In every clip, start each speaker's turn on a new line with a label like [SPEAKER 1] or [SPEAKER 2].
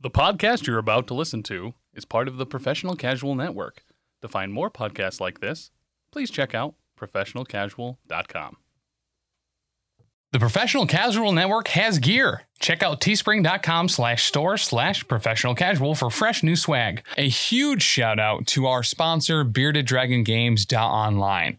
[SPEAKER 1] The podcast you're about to listen to is part of the Professional Casual Network. To find more podcasts like this, please check out professionalcasual.com. The Professional Casual Network has gear. Check out teespring.com slash store slash professional casual for fresh new swag. A huge shout out to our sponsor, Bearded Dragon Games Online.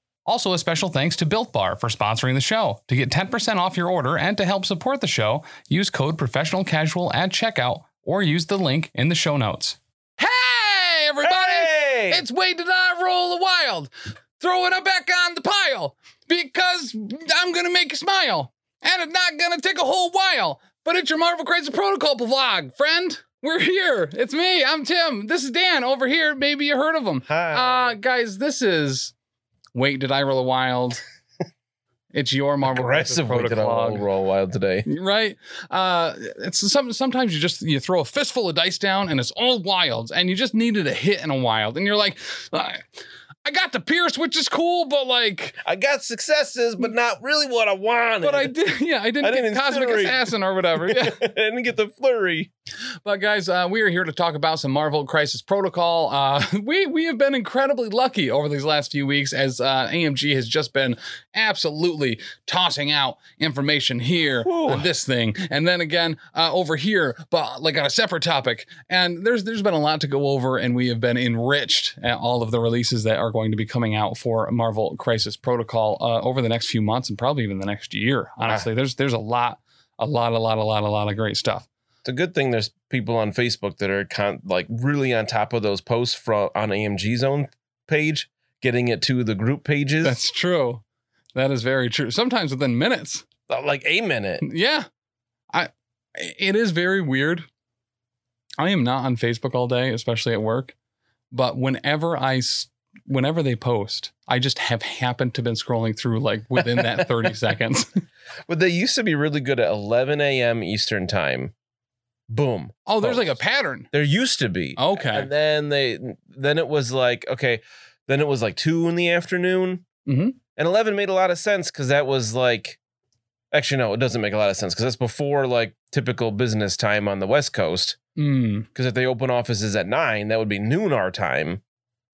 [SPEAKER 1] Also, a special thanks to Built Bar for sponsoring the show. To get 10% off your order and to help support the show, use code professional casual at checkout or use the link in the show notes. Hey, everybody!
[SPEAKER 2] Hey!
[SPEAKER 1] It's way did I roll the wild, throwing it back on the pile because I'm gonna make you smile, and it's not gonna take a whole while. But it's your Marvel Crazy Protocol vlog, friend. We're here. It's me. I'm Tim. This is Dan over here. Maybe you heard of him.
[SPEAKER 2] Hi.
[SPEAKER 1] Uh, guys, this is wait did I roll a wild? it's your Marvel Crisis
[SPEAKER 2] Aggressively did a
[SPEAKER 1] Protocol.
[SPEAKER 2] roll, roll wild today.
[SPEAKER 1] right uh it's some, sometimes you just you throw a fistful of dice down and it's all wilds and you just needed a hit in a wild and you're like i I got the pierce which is cool but like
[SPEAKER 2] I got successes, but not really what I wanted.
[SPEAKER 1] but i did yeah i didn't,
[SPEAKER 2] I didn't
[SPEAKER 1] get cosmic
[SPEAKER 2] incinerate.
[SPEAKER 1] assassin or whatever yeah
[SPEAKER 2] I didn't get the flurry.
[SPEAKER 1] But guys, uh, we are here to talk about some Marvel Crisis Protocol. Uh, we we have been incredibly lucky over these last few weeks, as uh, AMG has just been absolutely tossing out information here
[SPEAKER 2] Whew.
[SPEAKER 1] on this thing, and then again uh, over here, but like on a separate topic. And there's there's been a lot to go over, and we have been enriched at all of the releases that are going to be coming out for Marvel Crisis Protocol uh, over the next few months, and probably even the next year. Honestly, there's there's a lot, a lot, a lot, a lot, a lot of great stuff.
[SPEAKER 2] It's a good thing there's people on Facebook that are con- like really on top of those posts from on AMG's own page, getting it to the group pages.
[SPEAKER 1] That's true. That is very true. Sometimes within minutes.
[SPEAKER 2] Uh, like a minute.
[SPEAKER 1] Yeah. I it is very weird. I am not on Facebook all day, especially at work, but whenever I s- whenever they post, I just have happened to been scrolling through like within that 30 seconds.
[SPEAKER 2] But they used to be really good at 11 a.m. Eastern time. Boom.
[SPEAKER 1] Oh, there's like a
[SPEAKER 2] Post.
[SPEAKER 1] pattern.
[SPEAKER 2] There used to be.
[SPEAKER 1] Okay.
[SPEAKER 2] And then they then it was like okay, then it was like two in the afternoon,
[SPEAKER 1] Mhm.
[SPEAKER 2] and eleven made a lot of sense because that was like, actually no, it doesn't make a lot of sense because that's before like typical business time on the West Coast.
[SPEAKER 1] Mm,
[SPEAKER 2] Because if they open offices at nine, that would be noon our time.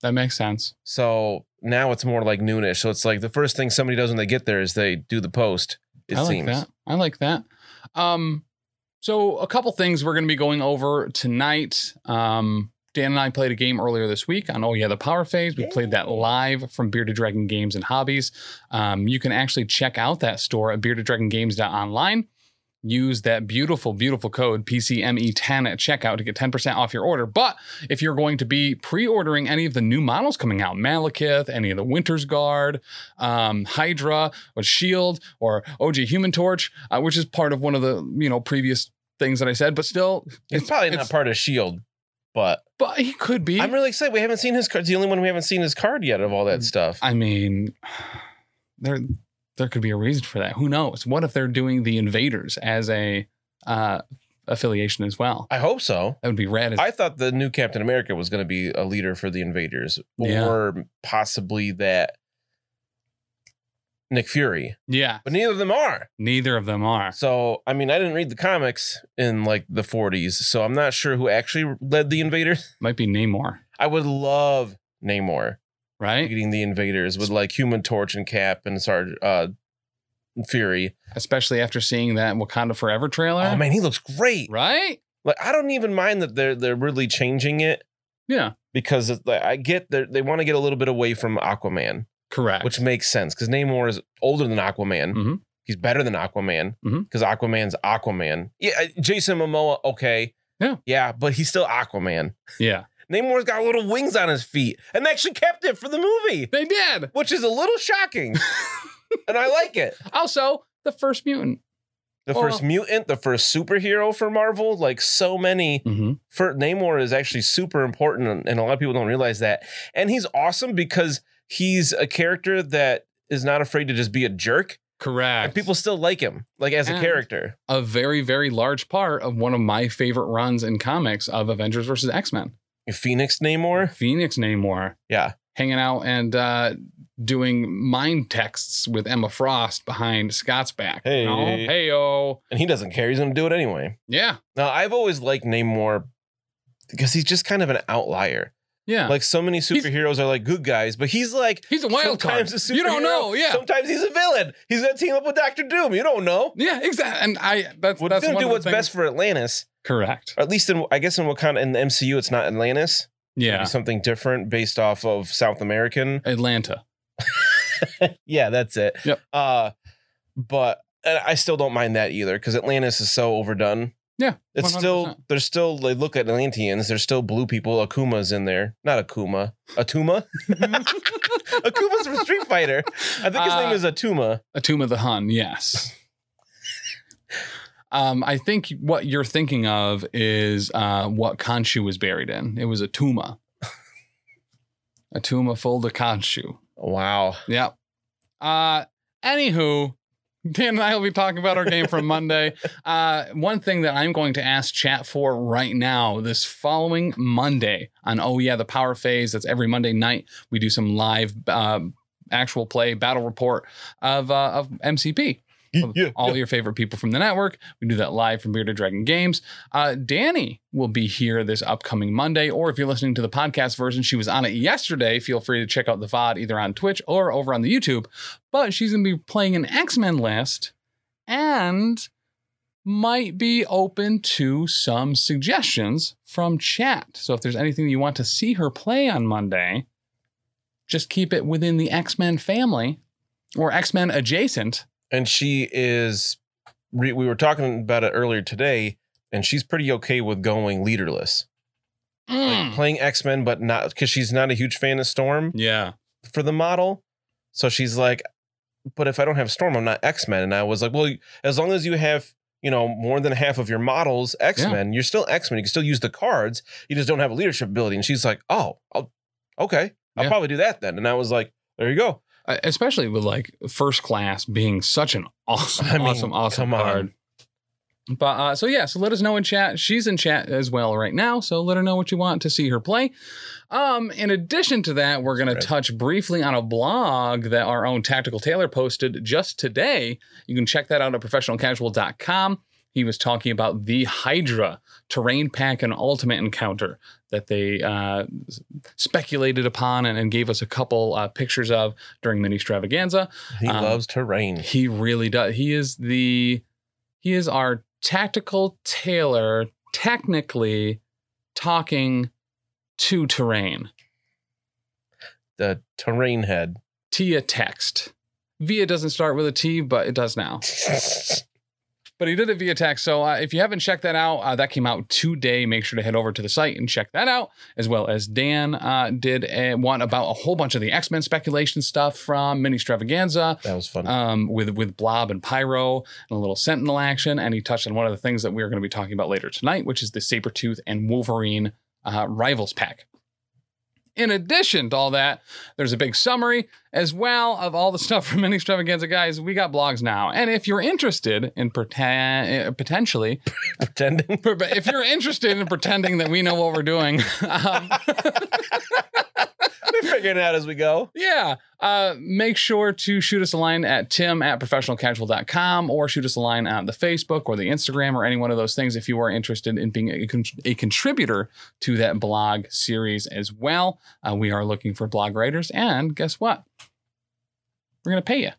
[SPEAKER 1] that makes sense.
[SPEAKER 2] So now it's more like noonish. So it's like the first thing somebody does when they get there is they do the post. It
[SPEAKER 1] I like
[SPEAKER 2] seems.
[SPEAKER 1] that. I like that. Um, so a couple things we're going to be going over tonight. Um, Dan and I played a game earlier this week on Oh Yeah, the Power Phase. We played that live from Bearded Dragon Games and Hobbies. Um, you can actually check out that store at beardeddragongames.online. Use that beautiful, beautiful code PCME10 E at checkout to get 10% off your order. But if you're going to be pre-ordering any of the new models coming out, Malekith, any of the Winter's Guard, um, Hydra, or Shield, E or OG Human Torch, uh, which is part of one of the you know previous things that I said, but still,
[SPEAKER 2] It's, probably
[SPEAKER 1] it's-
[SPEAKER 2] not part of Shield, E but
[SPEAKER 1] but he could be.
[SPEAKER 2] I'm really excited. We haven't seen his card. It's the only one we haven't seen his card yet of all that stuff.
[SPEAKER 1] Mm. I mean, there there could be a reason for that. Who knows? What if they're doing the Invaders as a uh, affiliation as well?
[SPEAKER 2] I hope so.
[SPEAKER 1] That would be rad. As,
[SPEAKER 2] I thought the new Captain America was going to be a leader for the invaders,
[SPEAKER 1] Yeah.
[SPEAKER 2] or possibly that Nick Fury,
[SPEAKER 1] yeah,
[SPEAKER 2] but neither of them are.
[SPEAKER 1] neither of them are.
[SPEAKER 2] So, I mean, I didn't read the comics in like the 40s, so I'm not sure who actually led the invaders.
[SPEAKER 1] Might be Namor,
[SPEAKER 2] I would love Namor
[SPEAKER 1] right?
[SPEAKER 2] leading the invaders with like Human Torch and Cap and Sarge, uh, Fury.
[SPEAKER 1] Especially after seeing that Wakanda Forever trailer.
[SPEAKER 2] Oh man, he looks great.
[SPEAKER 1] Right?
[SPEAKER 2] Like, I don't even mind that they're they're really changing it
[SPEAKER 1] Yeah.
[SPEAKER 2] because it's like, I get that they want to get a little bit away from Aquaman.
[SPEAKER 1] Correct.
[SPEAKER 2] which makes sense because Namor is older than Aquaman.
[SPEAKER 1] Mhm.
[SPEAKER 2] He's better than Aquaman
[SPEAKER 1] Mhm.
[SPEAKER 2] because Aquaman's Aquaman. Yeah, uh, Jason Momoa, okay,
[SPEAKER 1] Yeah.
[SPEAKER 2] yeah, but he's still Aquaman.
[SPEAKER 1] yeah.
[SPEAKER 2] Namor's got little wings on his feet, and they actually kept it for the movie,
[SPEAKER 1] They did.
[SPEAKER 2] which is a little shocking, and I like it.
[SPEAKER 1] Also, the first mutant.
[SPEAKER 2] The
[SPEAKER 1] Well-
[SPEAKER 2] first mutant, the first superhero for Marvel, like so many.
[SPEAKER 1] Mm-hmm.
[SPEAKER 2] For Namor is actually super important, and- and a lot of people don't realize that. And he's awesome because he's a character that is not afraid to just be a jerk, and
[SPEAKER 1] Correct.
[SPEAKER 2] people still like him, like as a
[SPEAKER 1] And-
[SPEAKER 2] character.
[SPEAKER 1] a very, very large part of one of my favorite runs in comics of Avengers versus X Men.
[SPEAKER 2] Phoenix Namor,
[SPEAKER 1] Phoenix Namor
[SPEAKER 2] yeah,
[SPEAKER 1] hanging out and uh, doing mind texts with Emma Frost behind Scott's back.
[SPEAKER 2] Hey.
[SPEAKER 1] hey, oh,
[SPEAKER 2] and he doesn't care. He's gonna do it anyway.
[SPEAKER 1] yeah,
[SPEAKER 2] Now, I've always liked Namor because he's just kind of an outlier.
[SPEAKER 1] yeah.
[SPEAKER 2] Like so many superheroes are like good guys, but he's like
[SPEAKER 1] He's a wild card.
[SPEAKER 2] sometimes a
[SPEAKER 1] You don't
[SPEAKER 2] superhero,
[SPEAKER 1] know, yeah,
[SPEAKER 2] Sometimes he's a villain. He's gonna team up with Doctor Doom. You don't know.
[SPEAKER 1] yeah, exactly. And I that's
[SPEAKER 2] Well,
[SPEAKER 1] that's
[SPEAKER 2] he's
[SPEAKER 1] one of
[SPEAKER 2] gonna do
[SPEAKER 1] the
[SPEAKER 2] what's
[SPEAKER 1] things-
[SPEAKER 2] best for Atlantis.
[SPEAKER 1] Correct.
[SPEAKER 2] Or at least in I guess in Wakanda in the MCU, it's not Atlantis. It'd be
[SPEAKER 1] Yeah,
[SPEAKER 2] something different based off of South American.
[SPEAKER 1] Atlanta.
[SPEAKER 2] Yeah, that's it.
[SPEAKER 1] Yep.
[SPEAKER 2] Uh, but and I still don't mind that either because Atlantis is so overdone.
[SPEAKER 1] Yeah,
[SPEAKER 2] It's still
[SPEAKER 1] 100%.
[SPEAKER 2] there's still they look at Atlanteans. There's still blue people. Akuma's in there. Not Akuma. Atuma. Akuma's from Street Fighter. I think his
[SPEAKER 1] Uh,
[SPEAKER 2] name is Atuma.
[SPEAKER 1] A Tomb of the Hun, yes. um, I think what you're thinking of is uh, what Khonshu was buried in. It was a tuma. a tuma full of Khonshu.
[SPEAKER 2] Wow.
[SPEAKER 1] Yep. Uh, anywho, Dan and I will be talking about our game from Monday. Uh, one thing that I'm going to ask chat for right now, this following Monday on Oh Yeah, the Power Phase, that's every Monday night, we do some live um, actual play battle report of, uh, of MCP. of
[SPEAKER 2] Yeah.
[SPEAKER 1] all your favorite people from the network. We do that live from Bearded Dragon Games. Uh, Danny will be here this upcoming Monday, or if you're listening to the podcast version, she was on it yesterday. Feel free to check out the VOD either on Twitch or over on the YouTube. But she's going to be playing an X Men list and might be open to some suggestions from chat. So if there's anything you want to see her play on Monday, just keep it within the X Men family or X Men adjacent.
[SPEAKER 2] and she is re- we were talking about it earlier today and she's pretty okay with going leaderless
[SPEAKER 1] Hmm.
[SPEAKER 2] like playing x-men but not because she's not a huge fan of storm
[SPEAKER 1] Yeah.
[SPEAKER 2] for the model so she's like but if i don't have storm i'm not x-men and i was like well as long as you have you know more than half of your models x-men you're still x-men you can still use the cards you just don't have a leadership ability and she's like oh I'll, okay i'll
[SPEAKER 1] Yeah.
[SPEAKER 2] probably do that then and i was like there you go
[SPEAKER 1] Uh, Especially with like first class being such an awesome,
[SPEAKER 2] I mean,
[SPEAKER 1] awesome, awesome
[SPEAKER 2] come on.
[SPEAKER 1] card. But uh, so yeah, so let us know in chat. She's in chat as well right now, so let her know what you want to see her play. Um, in addition to that, we're gonna
[SPEAKER 2] Right.
[SPEAKER 1] touch briefly on a blog that our own Tactical Taylor posted just today. You can check that out at professionalcasual.com. He was talking about the Hydra terrain pack and ultimate encounter that they uh, speculated upon and, and gave us a couple uh, pictures of during mini extravaganza.
[SPEAKER 2] he
[SPEAKER 1] Um,
[SPEAKER 2] loves terrain
[SPEAKER 1] He really does. He is the he is our tactical tailor, technically talking to terrain
[SPEAKER 2] the terrain head
[SPEAKER 1] Tia text. Via doesn't start with a T, but it does now. But he did it via text. So uh, if you haven't checked that out, uh, that came out today. Make sure to head over to the site and check that out, as well as Dan uh, did a, one about a whole bunch of the X Men speculation stuff from Mini Stravaganza.
[SPEAKER 2] that was fun
[SPEAKER 1] um, with with Blob and Pyro and a little Sentinel action. And he touched on one of the things that we are going to be talking about later tonight, which is the Sabretooth and Wolverine uh, Rivals pack. In addition to all that, there's a big summary as well of all the stuff from Mini Extravaganza. Guys, we got blogs now. And if you're interested in pretend, uh, potentially,
[SPEAKER 2] pretending.
[SPEAKER 1] but but if you're interested in pretending that we know what we're doing, um,
[SPEAKER 2] We're figuring it out as we go.
[SPEAKER 1] Yeah. Uh, make sure to shoot us a line at tim at professionalcasual.com or shoot us a line on the Facebook or the Instagram or any one of those things if you are interested in being a, con- a contributor to that blog series as well. Uh, we are looking for blog writers. And guess what? We're going to pay you.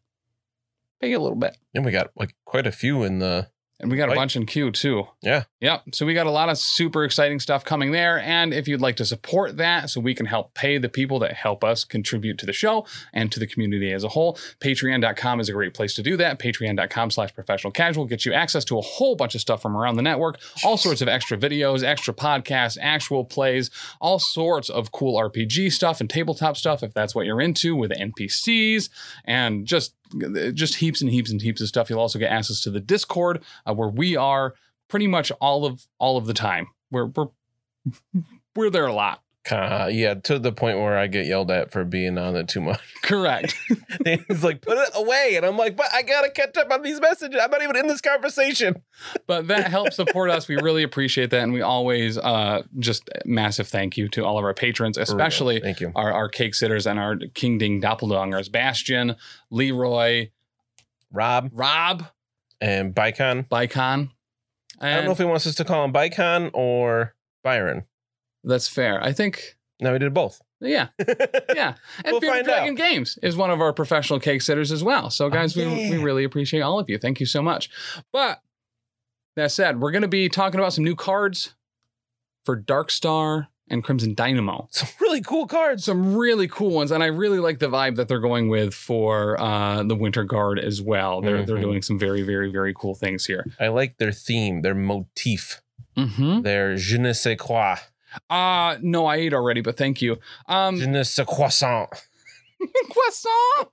[SPEAKER 1] Pay you a little bit.
[SPEAKER 2] And we got like quite a few in the
[SPEAKER 1] And we got a
[SPEAKER 2] Right.
[SPEAKER 1] bunch in queue too.
[SPEAKER 2] Yeah.
[SPEAKER 1] Yep. So we got a lot of super exciting stuff coming there. And if you'd like to support that so we can help pay the people that help us contribute to the show and to the community as a whole, patreon.com is a great place to do that. Patreon.com slash professional casual gets you access to a whole bunch of stuff from around the network, all sorts of extra videos, extra podcasts, actual plays, all sorts of cool RPG stuff and tabletop stuff if that's what you're into with NPCs and just just heaps and heaps and heaps of stuff. You'll also get access to the Discord uh, where we are pretty much all of all of the time. We're we're we're there a lot.
[SPEAKER 2] Uh, yeah, to the point where I get yelled at for being on it too much.
[SPEAKER 1] Correct.
[SPEAKER 2] He's like, put it away. And I'm like, but I got to catch up on these messages. I'm not even in this conversation.
[SPEAKER 1] but that helps support us. We really appreciate that. And we always uh, just massive thank you to all of our patrons,
[SPEAKER 2] For real.
[SPEAKER 1] especially
[SPEAKER 2] Thank you.
[SPEAKER 1] our, our cake sitters and our King Ding doppelgangers Bastion, Leroy,
[SPEAKER 2] Rob
[SPEAKER 1] Rob,
[SPEAKER 2] and Bicon.
[SPEAKER 1] Bicon.
[SPEAKER 2] I don't know if
[SPEAKER 1] And
[SPEAKER 2] he wants us to call him Bicon or Byron.
[SPEAKER 1] that's fair. I think,
[SPEAKER 2] No, we did both.
[SPEAKER 1] yeah, yeah. And
[SPEAKER 2] We'll
[SPEAKER 1] Bearded
[SPEAKER 2] find
[SPEAKER 1] Dragon Games is one of our professional cake sitters as well. So, guys, we,
[SPEAKER 2] yeah.
[SPEAKER 1] we really appreciate all of you. Thank you so much. But that said, we're going to be talking about some new cards for Dark Star and Crimson Dynamo.
[SPEAKER 2] Some really cool cards.
[SPEAKER 1] some really cool ones, and I really like the vibe that they're going with for uh, the Winter Guard as well. They're they're
[SPEAKER 2] Mhm.
[SPEAKER 1] doing some very very very cool things here.
[SPEAKER 2] I like their theme, their motif,
[SPEAKER 1] Mm-hmm.
[SPEAKER 2] their je ne sais quoi,
[SPEAKER 1] Uh no, I ate already, but thank you. Um,
[SPEAKER 2] je ne sais croissant.
[SPEAKER 1] croissant.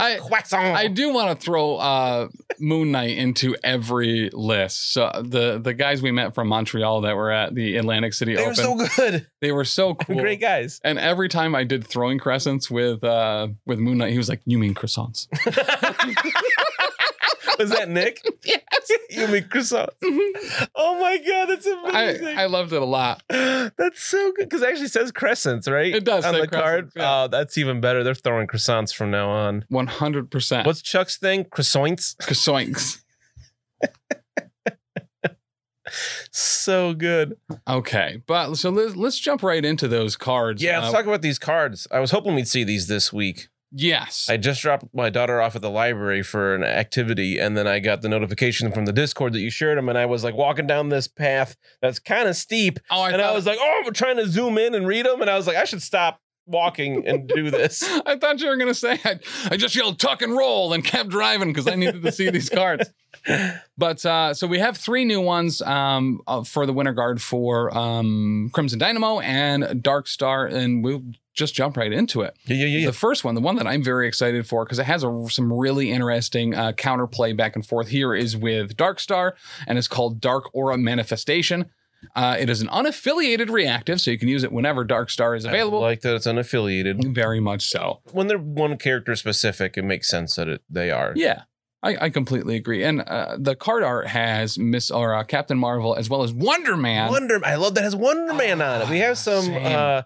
[SPEAKER 1] I
[SPEAKER 2] croissant.
[SPEAKER 1] I do want to throw uh, Moon Knight into every list. So the the guys we met from Montreal that were at the Atlantic City
[SPEAKER 2] they
[SPEAKER 1] Open,
[SPEAKER 2] were so good.
[SPEAKER 1] they were so cool.
[SPEAKER 2] Great guys.
[SPEAKER 1] And every time I did throwing crescents with uh, with Moon Knight, he was like, "You mean croissants?"
[SPEAKER 2] Was that Nick?
[SPEAKER 1] yes.
[SPEAKER 2] you mean croissant? Oh my god, that's amazing.
[SPEAKER 1] I, I loved it a lot.
[SPEAKER 2] that's so good because it actually says crescents, right?
[SPEAKER 1] It does
[SPEAKER 2] on
[SPEAKER 1] say
[SPEAKER 2] the card.
[SPEAKER 1] crescents, yeah.
[SPEAKER 2] Oh, that's even better. They're throwing croissants from now on.
[SPEAKER 1] One hundred percent.
[SPEAKER 2] What's Chuck's thing? Croissants.
[SPEAKER 1] croissants?
[SPEAKER 2] So good.
[SPEAKER 1] Okay, but so let's let's jump right into those cards.
[SPEAKER 2] Yeah, let's
[SPEAKER 1] Uh,
[SPEAKER 2] talk about these cards. I was hoping we'd see these this week.
[SPEAKER 1] yes.
[SPEAKER 2] I just dropped my daughter off at the library for an activity, and then I got the notification from the Discord that you shared them, and I was like walking down this path that's kind of steep,
[SPEAKER 1] oh, I
[SPEAKER 2] and I
[SPEAKER 1] thought,
[SPEAKER 2] was like, oh, I'm trying to zoom in and read them, and I was like, I should stop walking and do this.
[SPEAKER 1] I thought you were gonna say I, I just yelled tuck and roll and kept driving because I needed to see these cards. But uh, so we have three new ones um, uh, for the Winter Guard for um, Crimson Dynamo and Dark Star, and we'll just jump right into it.
[SPEAKER 2] Yeah, yeah, yeah.
[SPEAKER 1] The first one, the one that I'm very excited for because it has a, some really interesting uh, counterplay back and forth here, is with Dark Star and it's called Dark Aura Manifestation. Uh, it is an unaffiliated reactive, so you can use it whenever Dark Star is
[SPEAKER 2] I
[SPEAKER 1] available.
[SPEAKER 2] like that it's unaffiliated.
[SPEAKER 1] very much so.
[SPEAKER 2] When they're one character specific, it makes sense that it, they are.
[SPEAKER 1] Yeah, I, I completely agree. And uh, the card art has Miss or uh, Captain Marvel as well as Wonder Man.
[SPEAKER 2] Wonder. I love that it has Wonder Man on it. We have some
[SPEAKER 1] Ah, Same.
[SPEAKER 2] uh,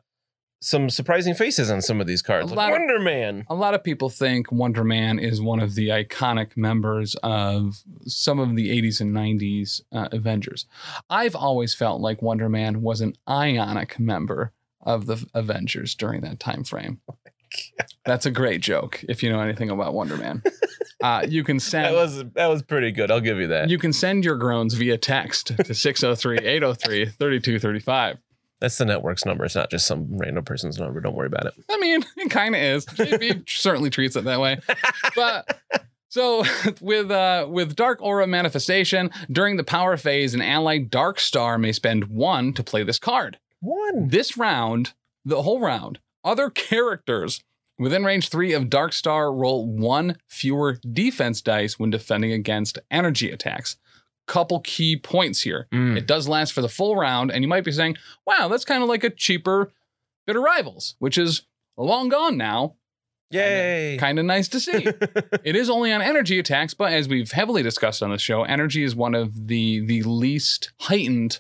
[SPEAKER 2] some surprising faces on some of these cards.
[SPEAKER 1] A
[SPEAKER 2] Like
[SPEAKER 1] lot of-
[SPEAKER 2] Wonder Man.
[SPEAKER 1] a lot of people think Wonder Man is one of the iconic members of some of the 80s and 90s uh, Avengers. I've always felt like Wonder Man was an ionic member of the Avengers during that time frame.
[SPEAKER 2] Oh
[SPEAKER 1] That's a great joke if you know anything about Wonder Man. Uh, you can
[SPEAKER 2] That
[SPEAKER 1] send
[SPEAKER 2] was that was pretty good. I'll give you that.
[SPEAKER 1] you can send your groans via text to 603-803-3235.
[SPEAKER 2] That's the network's number. It's not just some random person's number. Don't worry about it.
[SPEAKER 1] I mean, it kind of is. JB certainly treats it that way. But so with uh, with Dark Aura Manifestation, during the power phase, an allied Dark Star may spend one to play this card.
[SPEAKER 2] One.
[SPEAKER 1] This round, the whole round, other characters within range three of Dark Star roll one fewer defense dice when defending against energy attacks. Couple key points here.
[SPEAKER 2] Hmm.
[SPEAKER 1] It does last for the full round, and you might be saying, wow, that's kind of like a cheaper Bitter Rivals, which is long gone now.
[SPEAKER 2] Yay.
[SPEAKER 1] Kind of nice to see. it is only on energy attacks, but as we've heavily discussed on the show, energy is one of the the least heightened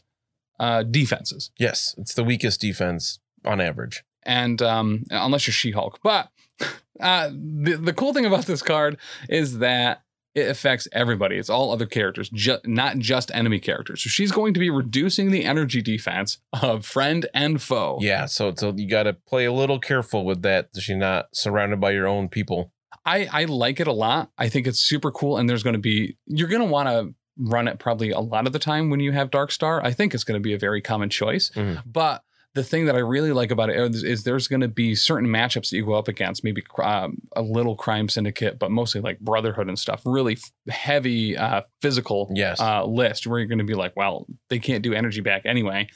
[SPEAKER 1] uh, defenses,
[SPEAKER 2] yes, it's the weakest defense on average.
[SPEAKER 1] and um, unless you're She-Hulk. But uh, the the cool thing about this card is that it affects everybody. It's all other characters, ju- not just enemy characters. So she's going to be reducing the energy defense of friend and foe.
[SPEAKER 2] Yeah, so so you got to play a little careful with that. So you're not surrounded by your own people.
[SPEAKER 1] I I like it a lot. I think it's super cool, and there's going to be you're going to want to run it probably a lot of the time when you have Dark Star. I think it's going to be a very common choice,
[SPEAKER 2] Mhm.
[SPEAKER 1] but. The thing that I really like about it is, is there's going to be certain matchups that you go up against, maybe cr- um, a little crime syndicate, but mostly like brotherhood and stuff. Really f- heavy uh, physical
[SPEAKER 2] Yes.
[SPEAKER 1] uh, list where you're going to be like, well, they can't do energy back anyway.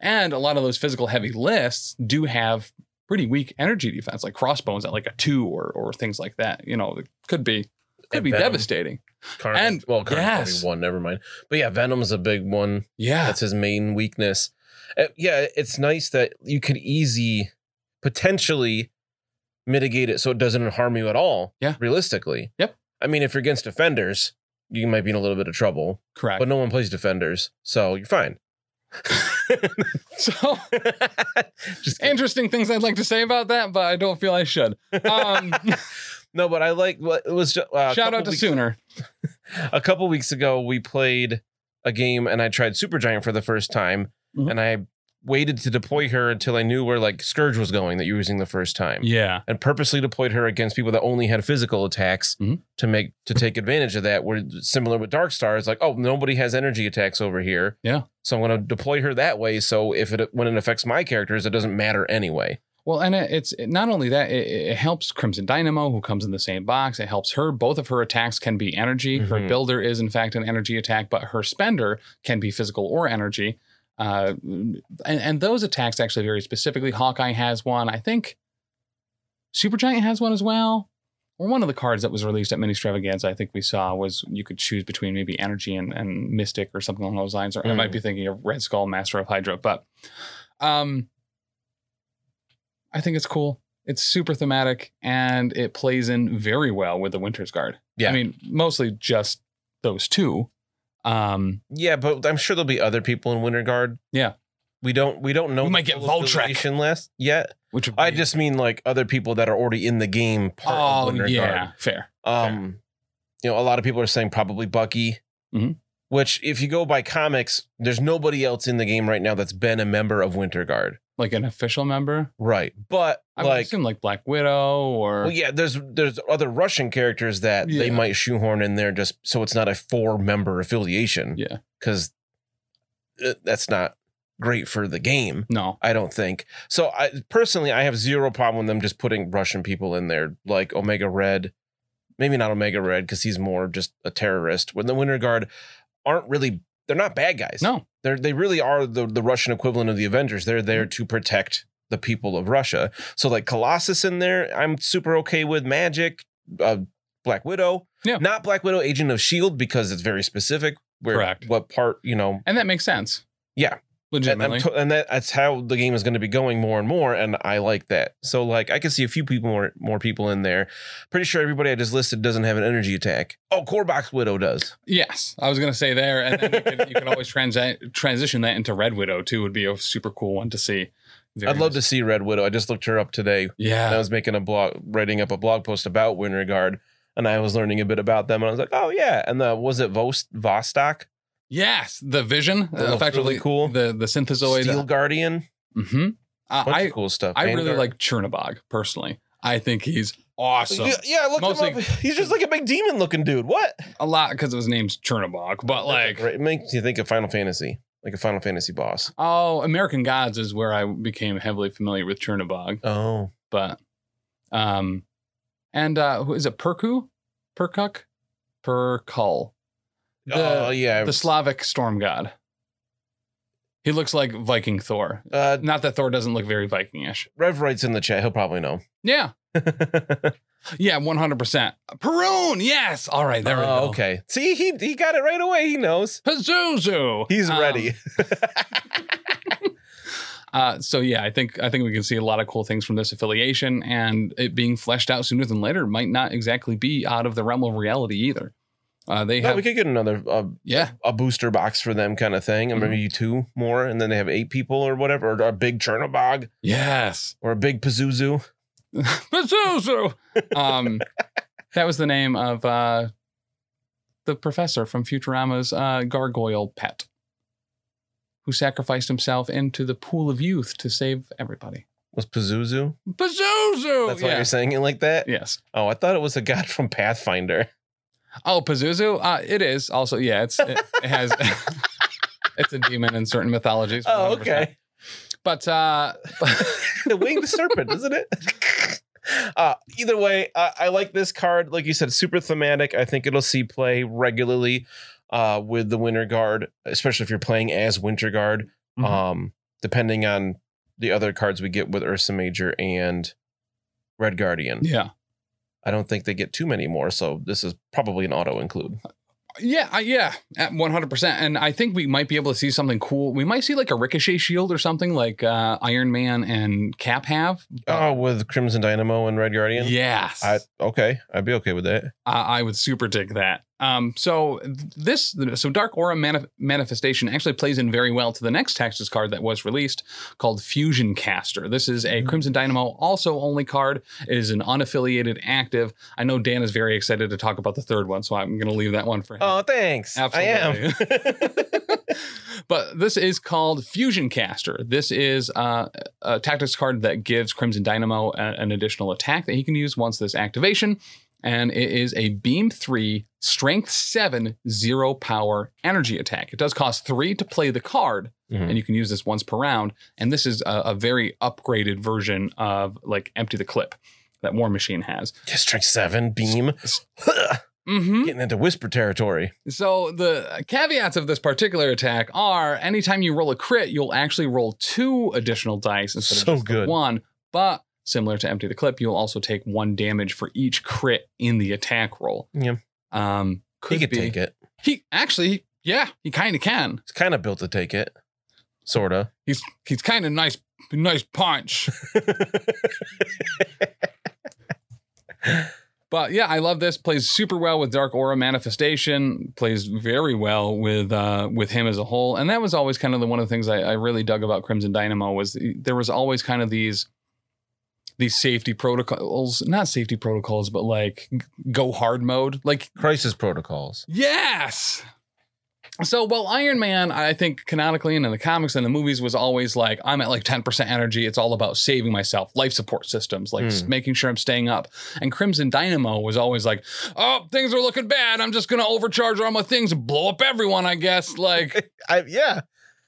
[SPEAKER 1] And a lot of those physical heavy lists do have pretty weak energy defense, like crossbones at like a two or or things like that. You know, it could be could
[SPEAKER 2] And
[SPEAKER 1] be
[SPEAKER 2] Venom.
[SPEAKER 1] devastating.
[SPEAKER 2] Carnage-
[SPEAKER 1] and-
[SPEAKER 2] well, Carnage
[SPEAKER 1] yes.
[SPEAKER 2] probably one. Never mind. But yeah, Venom's a big one.
[SPEAKER 1] Yeah,
[SPEAKER 2] That's his main weakness. uh, yeah, it's nice that you could easy potentially mitigate it so it doesn't harm you at all.
[SPEAKER 1] Yeah.
[SPEAKER 2] Realistically.
[SPEAKER 1] Yep.
[SPEAKER 2] I mean, if you're against defenders, you might be in a little bit of trouble,
[SPEAKER 1] Correct.
[SPEAKER 2] but no one plays defenders, so you're fine.
[SPEAKER 1] so
[SPEAKER 2] Just kidding.
[SPEAKER 1] interesting things I'd like to say about that, but I don't feel I should. Um,
[SPEAKER 2] no, but I like what it was. ju- Uh, a
[SPEAKER 1] shout
[SPEAKER 2] couple
[SPEAKER 1] out to
[SPEAKER 2] weeks-
[SPEAKER 1] Sooner.
[SPEAKER 2] a couple weeks ago we played a game and I tried Supergiant for the first time
[SPEAKER 1] Mhm.
[SPEAKER 2] and I waited to deploy her until I knew where like Scourge was going that you were using the first time.
[SPEAKER 1] Yeah.
[SPEAKER 2] And purposely deployed her against people that only had physical attacks
[SPEAKER 1] Mhm.
[SPEAKER 2] to make to take advantage of that. Where similar with Dark Star, it's like, oh, nobody has energy attacks over here.
[SPEAKER 1] Yeah.
[SPEAKER 2] So I'm gonna deploy her that way. So if it when it affects my characters, it doesn't matter anyway.
[SPEAKER 1] Well, and it, it's it- not only that, it, it it helps Crimson Dynamo, who comes in the same box. It helps her. Both of her attacks can be energy. Her
[SPEAKER 2] Mhm.
[SPEAKER 1] builder is, in fact, an energy attack, but her spender can be physical or energy. Uh, and, and those attacks actually very specifically. Hawkeye has one. I think Supergiant has one as well. Or one of the cards that was released at Mini Stravaganza, I think we saw was you could choose between maybe energy and, and mystic or something along those lines. Or I might
[SPEAKER 2] Mm.
[SPEAKER 1] be thinking of Red Skull, Master of Hydra, but um, I think it's cool. It's super thematic and it plays in very well with the Winter's Guard.
[SPEAKER 2] Yeah.
[SPEAKER 1] I mean, mostly just those two. Um,
[SPEAKER 2] Yeah, but I'm sure there'll be other people in Winter Guard.
[SPEAKER 1] Yeah.
[SPEAKER 2] We don't we don't know
[SPEAKER 1] We
[SPEAKER 2] the
[SPEAKER 1] might get
[SPEAKER 2] full
[SPEAKER 1] Voltrek.
[SPEAKER 2] affiliation list yet.
[SPEAKER 1] which would
[SPEAKER 2] I
[SPEAKER 1] be-
[SPEAKER 2] just mean like other people that are already in the game part
[SPEAKER 1] oh
[SPEAKER 2] of Winter
[SPEAKER 1] yeah, fair.
[SPEAKER 2] Guard. Um, you know, a lot of people are saying probably Bucky,
[SPEAKER 1] Mhm.
[SPEAKER 2] which if you go by comics, there's nobody else in the game right now that's been a member of Winter Guard.
[SPEAKER 1] Like an official member,
[SPEAKER 2] Right, but
[SPEAKER 1] I would
[SPEAKER 2] like,
[SPEAKER 1] assume like Black Widow or
[SPEAKER 2] well, yeah, there's there's other Russian characters that they
[SPEAKER 1] Yeah.
[SPEAKER 2] might shoehorn in there just so it's not a four member affiliation.
[SPEAKER 1] Yeah.
[SPEAKER 2] because that's not great for the game.
[SPEAKER 1] no,
[SPEAKER 2] I don't think so. I personally, I have zero problem with them just putting Russian people in there, like Omega Red. Maybe not Omega Red because he's more just a terrorist. When the Winter Guard aren't really, they're not bad guys.
[SPEAKER 1] no,
[SPEAKER 2] they're they really are the the Russian equivalent of the Avengers. They're there
[SPEAKER 1] Mm-hmm.
[SPEAKER 2] to protect the people of Russia. So like Colossus in there, I'm super okay with Magic, uh, Black Widow.
[SPEAKER 1] Yeah.
[SPEAKER 2] not Black Widow, Agent of Shield E because it's very specific. Where
[SPEAKER 1] Correct.
[SPEAKER 2] what part you know
[SPEAKER 1] and that makes sense.
[SPEAKER 2] Yeah. and,
[SPEAKER 1] legitimately.
[SPEAKER 2] I'm to- and that, that's how the game is going to be going more and more and i like that so like i can see a few people more, more people in there pretty sure everybody i just listed doesn't have an energy attack oh corbox widow does
[SPEAKER 1] Yes, I was gonna say there, and then you can, you can always transi- transition that into Red Widow too. Would be a super cool one to see. Very
[SPEAKER 2] i'd love to
[SPEAKER 1] nice.
[SPEAKER 2] see red widow i just looked her up today
[SPEAKER 1] Yeah,
[SPEAKER 2] i was making a blog writing up a blog post about winter guard and i was learning a bit about them and i was like oh yeah and the was it Vost, vostok
[SPEAKER 1] yes, the Vision,
[SPEAKER 2] That looks
[SPEAKER 1] effectively
[SPEAKER 2] really cool.
[SPEAKER 1] The the synthesoid.
[SPEAKER 2] steel guardian
[SPEAKER 1] hmm Uh,
[SPEAKER 2] bunch
[SPEAKER 1] I
[SPEAKER 2] of cool stuff
[SPEAKER 1] I really
[SPEAKER 2] Vanguard.
[SPEAKER 1] like Chernabog personally. I think he's awesome.
[SPEAKER 2] yeah, yeah, I looked
[SPEAKER 1] Mostly-
[SPEAKER 2] him up. He's just like a big demon looking dude. What?
[SPEAKER 1] A lot because his name's Chernabog, but like
[SPEAKER 2] it makes you think of Final Fantasy, like a Final Fantasy boss.
[SPEAKER 1] oh, American Gods is where I became heavily familiar with Chernabog.
[SPEAKER 2] Oh,
[SPEAKER 1] But um, and uh, who is it? Perku, Perkuk, Perkul. The-
[SPEAKER 2] oh yeah,
[SPEAKER 1] the Slavic storm god. He looks like Viking Thor.
[SPEAKER 2] uh,
[SPEAKER 1] Not that Thor doesn't look very Vikingish.
[SPEAKER 2] Rev writes in the chat. He'll probably know.
[SPEAKER 1] Yeah, yeah, one hundred percent. Perun, yes. All right, there we
[SPEAKER 2] Oh,
[SPEAKER 1] go.
[SPEAKER 2] Okay, see, he he got it right away. He knows.
[SPEAKER 1] Pazuzu.
[SPEAKER 2] He's
[SPEAKER 1] Um,
[SPEAKER 2] ready.
[SPEAKER 1] Uh, so yeah, I think I think we can see a lot of cool things from this affiliation, and it being fleshed out sooner than later might not exactly be out of the realm of reality either. Uh, they
[SPEAKER 2] No,
[SPEAKER 1] have
[SPEAKER 2] we could get another uh,
[SPEAKER 1] yeah,
[SPEAKER 2] a booster box for them kind of thing, and
[SPEAKER 1] Mm-hmm.
[SPEAKER 2] maybe two more, and then they have eight people or whatever, or a big Chernobog
[SPEAKER 1] yes,
[SPEAKER 2] or a big Pazuzu.
[SPEAKER 1] Pazuzu. um, that was the name of uh, the professor from Futurama's uh, gargoyle pet, who sacrificed himself into the pool of youth to save everybody.
[SPEAKER 2] Was Pazuzu?
[SPEAKER 1] Pazuzu.
[SPEAKER 2] That's why
[SPEAKER 1] Oh, yeah.
[SPEAKER 2] you're saying it like that.
[SPEAKER 1] Yes.
[SPEAKER 2] Oh, I thought it was a god from Pathfinder.
[SPEAKER 1] Oh, Pazuzu. Uh, it is also yeah. It's it, it has. it's a demon in certain mythologies.
[SPEAKER 2] Oh,
[SPEAKER 1] 100%. But uh,
[SPEAKER 2] the winged serpent, isn't it? Uh, either way, I, I like this card. Like you said, super thematic. I think it'll see play regularly uh, with the Winter Guard, especially if you're playing as Winter Guard.
[SPEAKER 1] Mhm.
[SPEAKER 2] Um, depending on the other cards we get with Ursa Major and Red Guardian,
[SPEAKER 1] yeah.
[SPEAKER 2] I don't think they get too many more. So this is probably an auto include.
[SPEAKER 1] Yeah, I, yeah, at one hundred percent. And I think we might be able to see something cool. We might see like a ricochet shield or something like uh, Iron Man and Cap have.
[SPEAKER 2] Oh, with Crimson Dynamo and Red Guardian.
[SPEAKER 1] Yes,
[SPEAKER 2] I okay. I'd be okay with that.
[SPEAKER 1] I, I would super dig that. Um, so th- this, so Dark Aura manif- manifestation actually plays in very well to the next Texas card that was released called Fusion Caster. This is a Crimson Dynamo, also only card. It is an unaffiliated active. I know Dan is very excited to talk about the third one, so I'm going to leave that one for him.
[SPEAKER 2] Oh, thanks. I am.
[SPEAKER 1] But this is called Fusion Caster. This is uh, a tactics card that gives Crimson Dynamo a- an additional attack that he can use once this activation. And it is a Beam 3, Strength 7, Zero Power Energy Attack. It does cost three to play the card,
[SPEAKER 2] Mhm.
[SPEAKER 1] and you can use this once per round. And this is a, a very upgraded version of like Empty the Clip that War Machine has.
[SPEAKER 2] District Seven Beam
[SPEAKER 1] Mm-hmm.
[SPEAKER 2] getting into whisper territory.
[SPEAKER 1] So the caveats of this particular attack are: anytime you roll a crit, you'll actually roll two additional dice instead
[SPEAKER 2] So
[SPEAKER 1] of just the
[SPEAKER 2] good.
[SPEAKER 1] one. But similar to empty the clip, you'll also take one damage for each crit in the attack roll.
[SPEAKER 2] Yeah.
[SPEAKER 1] Um, could
[SPEAKER 2] he could
[SPEAKER 1] be.
[SPEAKER 2] take it.
[SPEAKER 1] He actually, yeah, he kind of can.
[SPEAKER 2] He's kind of built to take it, sorta.
[SPEAKER 1] He's he's kind of nice, nice punch. But yeah, I love this. Plays super well with Dark Aura Manifestation. Plays very well with uh, with him as a whole. And that was always kind of the one of the things I, I really dug about Crimson Dynamo was there was always kind of these these safety protocols, not safety protocols, but like go hard mode. Like
[SPEAKER 2] Crisis protocols.
[SPEAKER 1] yes. So while Iron Man, I think canonically and in the comics and the movies was always like, I'm at like 10% energy. It's all about saving myself, life support systems, like
[SPEAKER 2] Hmm.
[SPEAKER 1] making sure I'm staying up. And Crimson Dynamo was always like, oh, things are looking bad. I'm just going to overcharge all my things and blow up everyone, I guess. Like,
[SPEAKER 2] I, yeah.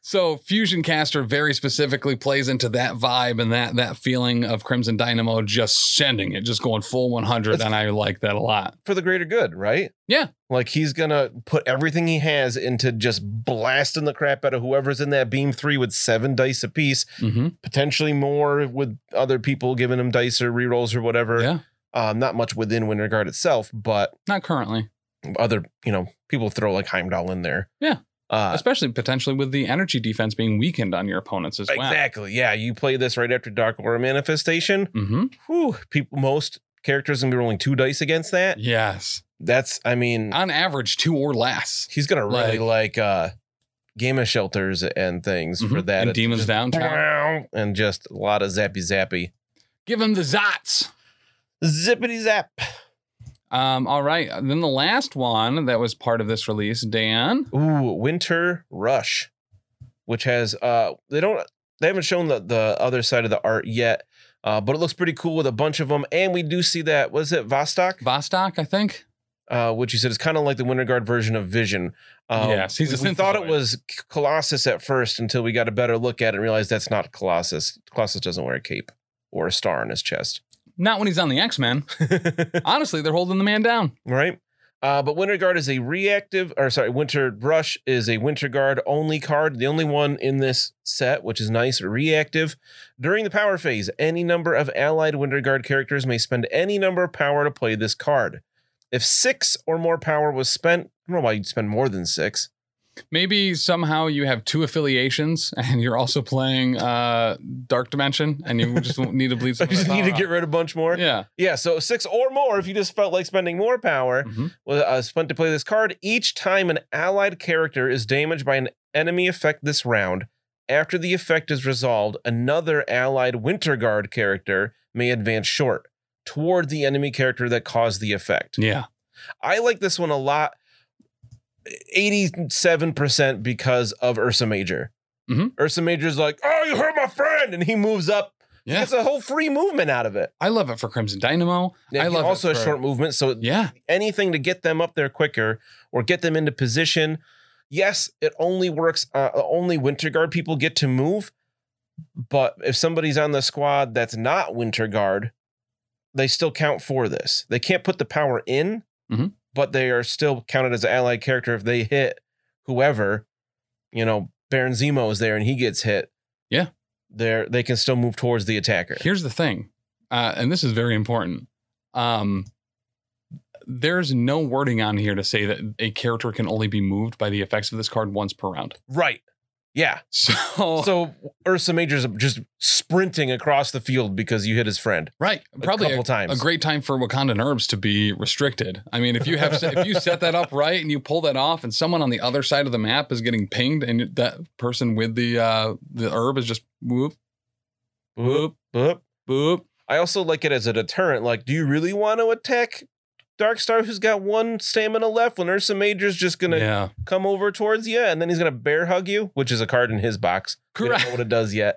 [SPEAKER 1] so Fusion Caster very specifically plays into that vibe and that that feeling of Crimson Dynamo just sending it, just going full 100.
[SPEAKER 2] That's-
[SPEAKER 1] and I like that a lot.
[SPEAKER 2] For the greater good, right?
[SPEAKER 1] Yeah.
[SPEAKER 2] Like he's gonna put everything he has into just blasting the crap out of whoever's in that beam three with seven dice apiece,
[SPEAKER 1] Mm-hmm.
[SPEAKER 2] potentially more with other people giving him dice or rerolls or whatever.
[SPEAKER 1] Yeah.
[SPEAKER 2] Um, not much within Winter Guard itself, but
[SPEAKER 1] Not currently.
[SPEAKER 2] other, you know, people throw like Heimdall in there.
[SPEAKER 1] Yeah.
[SPEAKER 2] Uh,
[SPEAKER 1] especially potentially with the energy defense being weakened on your opponents as well.
[SPEAKER 2] Exactly. Yeah, you play this right after Dark Aura Manifestation.
[SPEAKER 1] hmm
[SPEAKER 2] Whew, people, most characters gonna be rolling two dice against that.
[SPEAKER 1] Yes,
[SPEAKER 2] That's, I mean,
[SPEAKER 1] on average, two or less.
[SPEAKER 2] he's gonna really like, uh game of shelters and things for
[SPEAKER 1] Mhm.
[SPEAKER 2] that.
[SPEAKER 1] and
[SPEAKER 2] It's
[SPEAKER 1] demons
[SPEAKER 2] just
[SPEAKER 1] down. tower.
[SPEAKER 2] meow, and just a lot of zappy zappy,
[SPEAKER 1] Give him the zots.
[SPEAKER 2] zippity zap.
[SPEAKER 1] Um, all right. Then the last one that was part of this release, Dan.
[SPEAKER 2] Ooh, Winter Rush, which has uh they don't they haven't shown the the other side of the art yet, uh, but it looks pretty cool with a bunch of them, and we do see that was it Vostok.
[SPEAKER 1] Vostok, I think.
[SPEAKER 2] uh, which you said is kind of like the Winter Guard version of Vision. Um,
[SPEAKER 1] Yes, he's a
[SPEAKER 2] we thought it
[SPEAKER 1] synthesoid.
[SPEAKER 2] was C- Colossus at first until we got a better look at it and realized that's not Colossus. Colossus doesn't wear a cape or a star on his chest,
[SPEAKER 1] Not when he's on the X Men. Honestly, they're holding the man down.
[SPEAKER 2] right? Uh, but Winter Guard is a reactive, or sorry, Winter Rush is a Winter Guard only card, the only one in this set, which is nice. Reactive. During the power phase, any number of allied Winter Guard characters may spend any number of power to play this card. If six or more power was spent, I don't know why you'd spend more than six.
[SPEAKER 1] Maybe somehow you have two affiliations and you're also playing uh, Dark Dimension and you just need to bleed
[SPEAKER 2] So
[SPEAKER 1] some
[SPEAKER 2] you just
[SPEAKER 1] of that
[SPEAKER 2] need to
[SPEAKER 1] power
[SPEAKER 2] get rid of a bunch more.
[SPEAKER 1] off.
[SPEAKER 2] Yeah.
[SPEAKER 1] Yeah.
[SPEAKER 2] so six or more if you just felt like spending more power
[SPEAKER 1] Mhm.
[SPEAKER 2] was uh, spent to play this card. Each time an allied character is damaged by an enemy effect this round, after the effect is resolved, another allied Winter Guard character may advance short toward the enemy character that caused the effect.
[SPEAKER 1] Yeah.
[SPEAKER 2] I like this one a lot. 87% because of Ursa Major.
[SPEAKER 1] Mhm.
[SPEAKER 2] Ursa Major's like, oh, you hurt my friend. And he moves up. He
[SPEAKER 1] Yeah.
[SPEAKER 2] gets a whole free movement out of it.
[SPEAKER 1] I love it for Crimson Dynamo.
[SPEAKER 2] Yeah,
[SPEAKER 1] I
[SPEAKER 2] he
[SPEAKER 1] love it
[SPEAKER 2] also has
[SPEAKER 1] for-
[SPEAKER 2] short movement, so
[SPEAKER 1] Yeah.
[SPEAKER 2] anything to get them up there quicker or get them into position. Yes, it only works. Uh, only Winter Guard people get to move, but if somebody's on the squad that's not Winter Guard, they still count for this. They can't put the power in,
[SPEAKER 1] Mhm.
[SPEAKER 2] but they are still counted as an allied character if they hit whoever. You know, Baron Zemo is there and he gets hit.
[SPEAKER 1] Yeah.
[SPEAKER 2] There, they can still move towards the attacker.
[SPEAKER 1] Here's the thing, uh, and this is very important. Um, there's no wording on here to say that a character can only be moved by the effects of this card once per round.
[SPEAKER 2] Right. Yeah.
[SPEAKER 1] So,
[SPEAKER 2] So Ursa Major's just sprinting across the field because you hit his friend
[SPEAKER 1] right,
[SPEAKER 2] a
[SPEAKER 1] probably a,
[SPEAKER 2] couple times.
[SPEAKER 1] a great time for Wakandan herbs to be restricted. I mean, if you have if you set that up right and you pull that off, and someone on the other side of the map is getting pinged, and that person with the uh, the herb is just whoop
[SPEAKER 2] Boop,
[SPEAKER 1] whoop
[SPEAKER 2] boop.
[SPEAKER 1] whoop.
[SPEAKER 2] I also like it as a deterrent. Like, do you really want to attack Darkstar who's got one stamina left when Ursa Major's just gonna
[SPEAKER 1] yeah,
[SPEAKER 2] come over towards you and then he's gonna bear hug you, which is a card in his box. We don't know
[SPEAKER 1] correct.
[SPEAKER 2] what it does yet.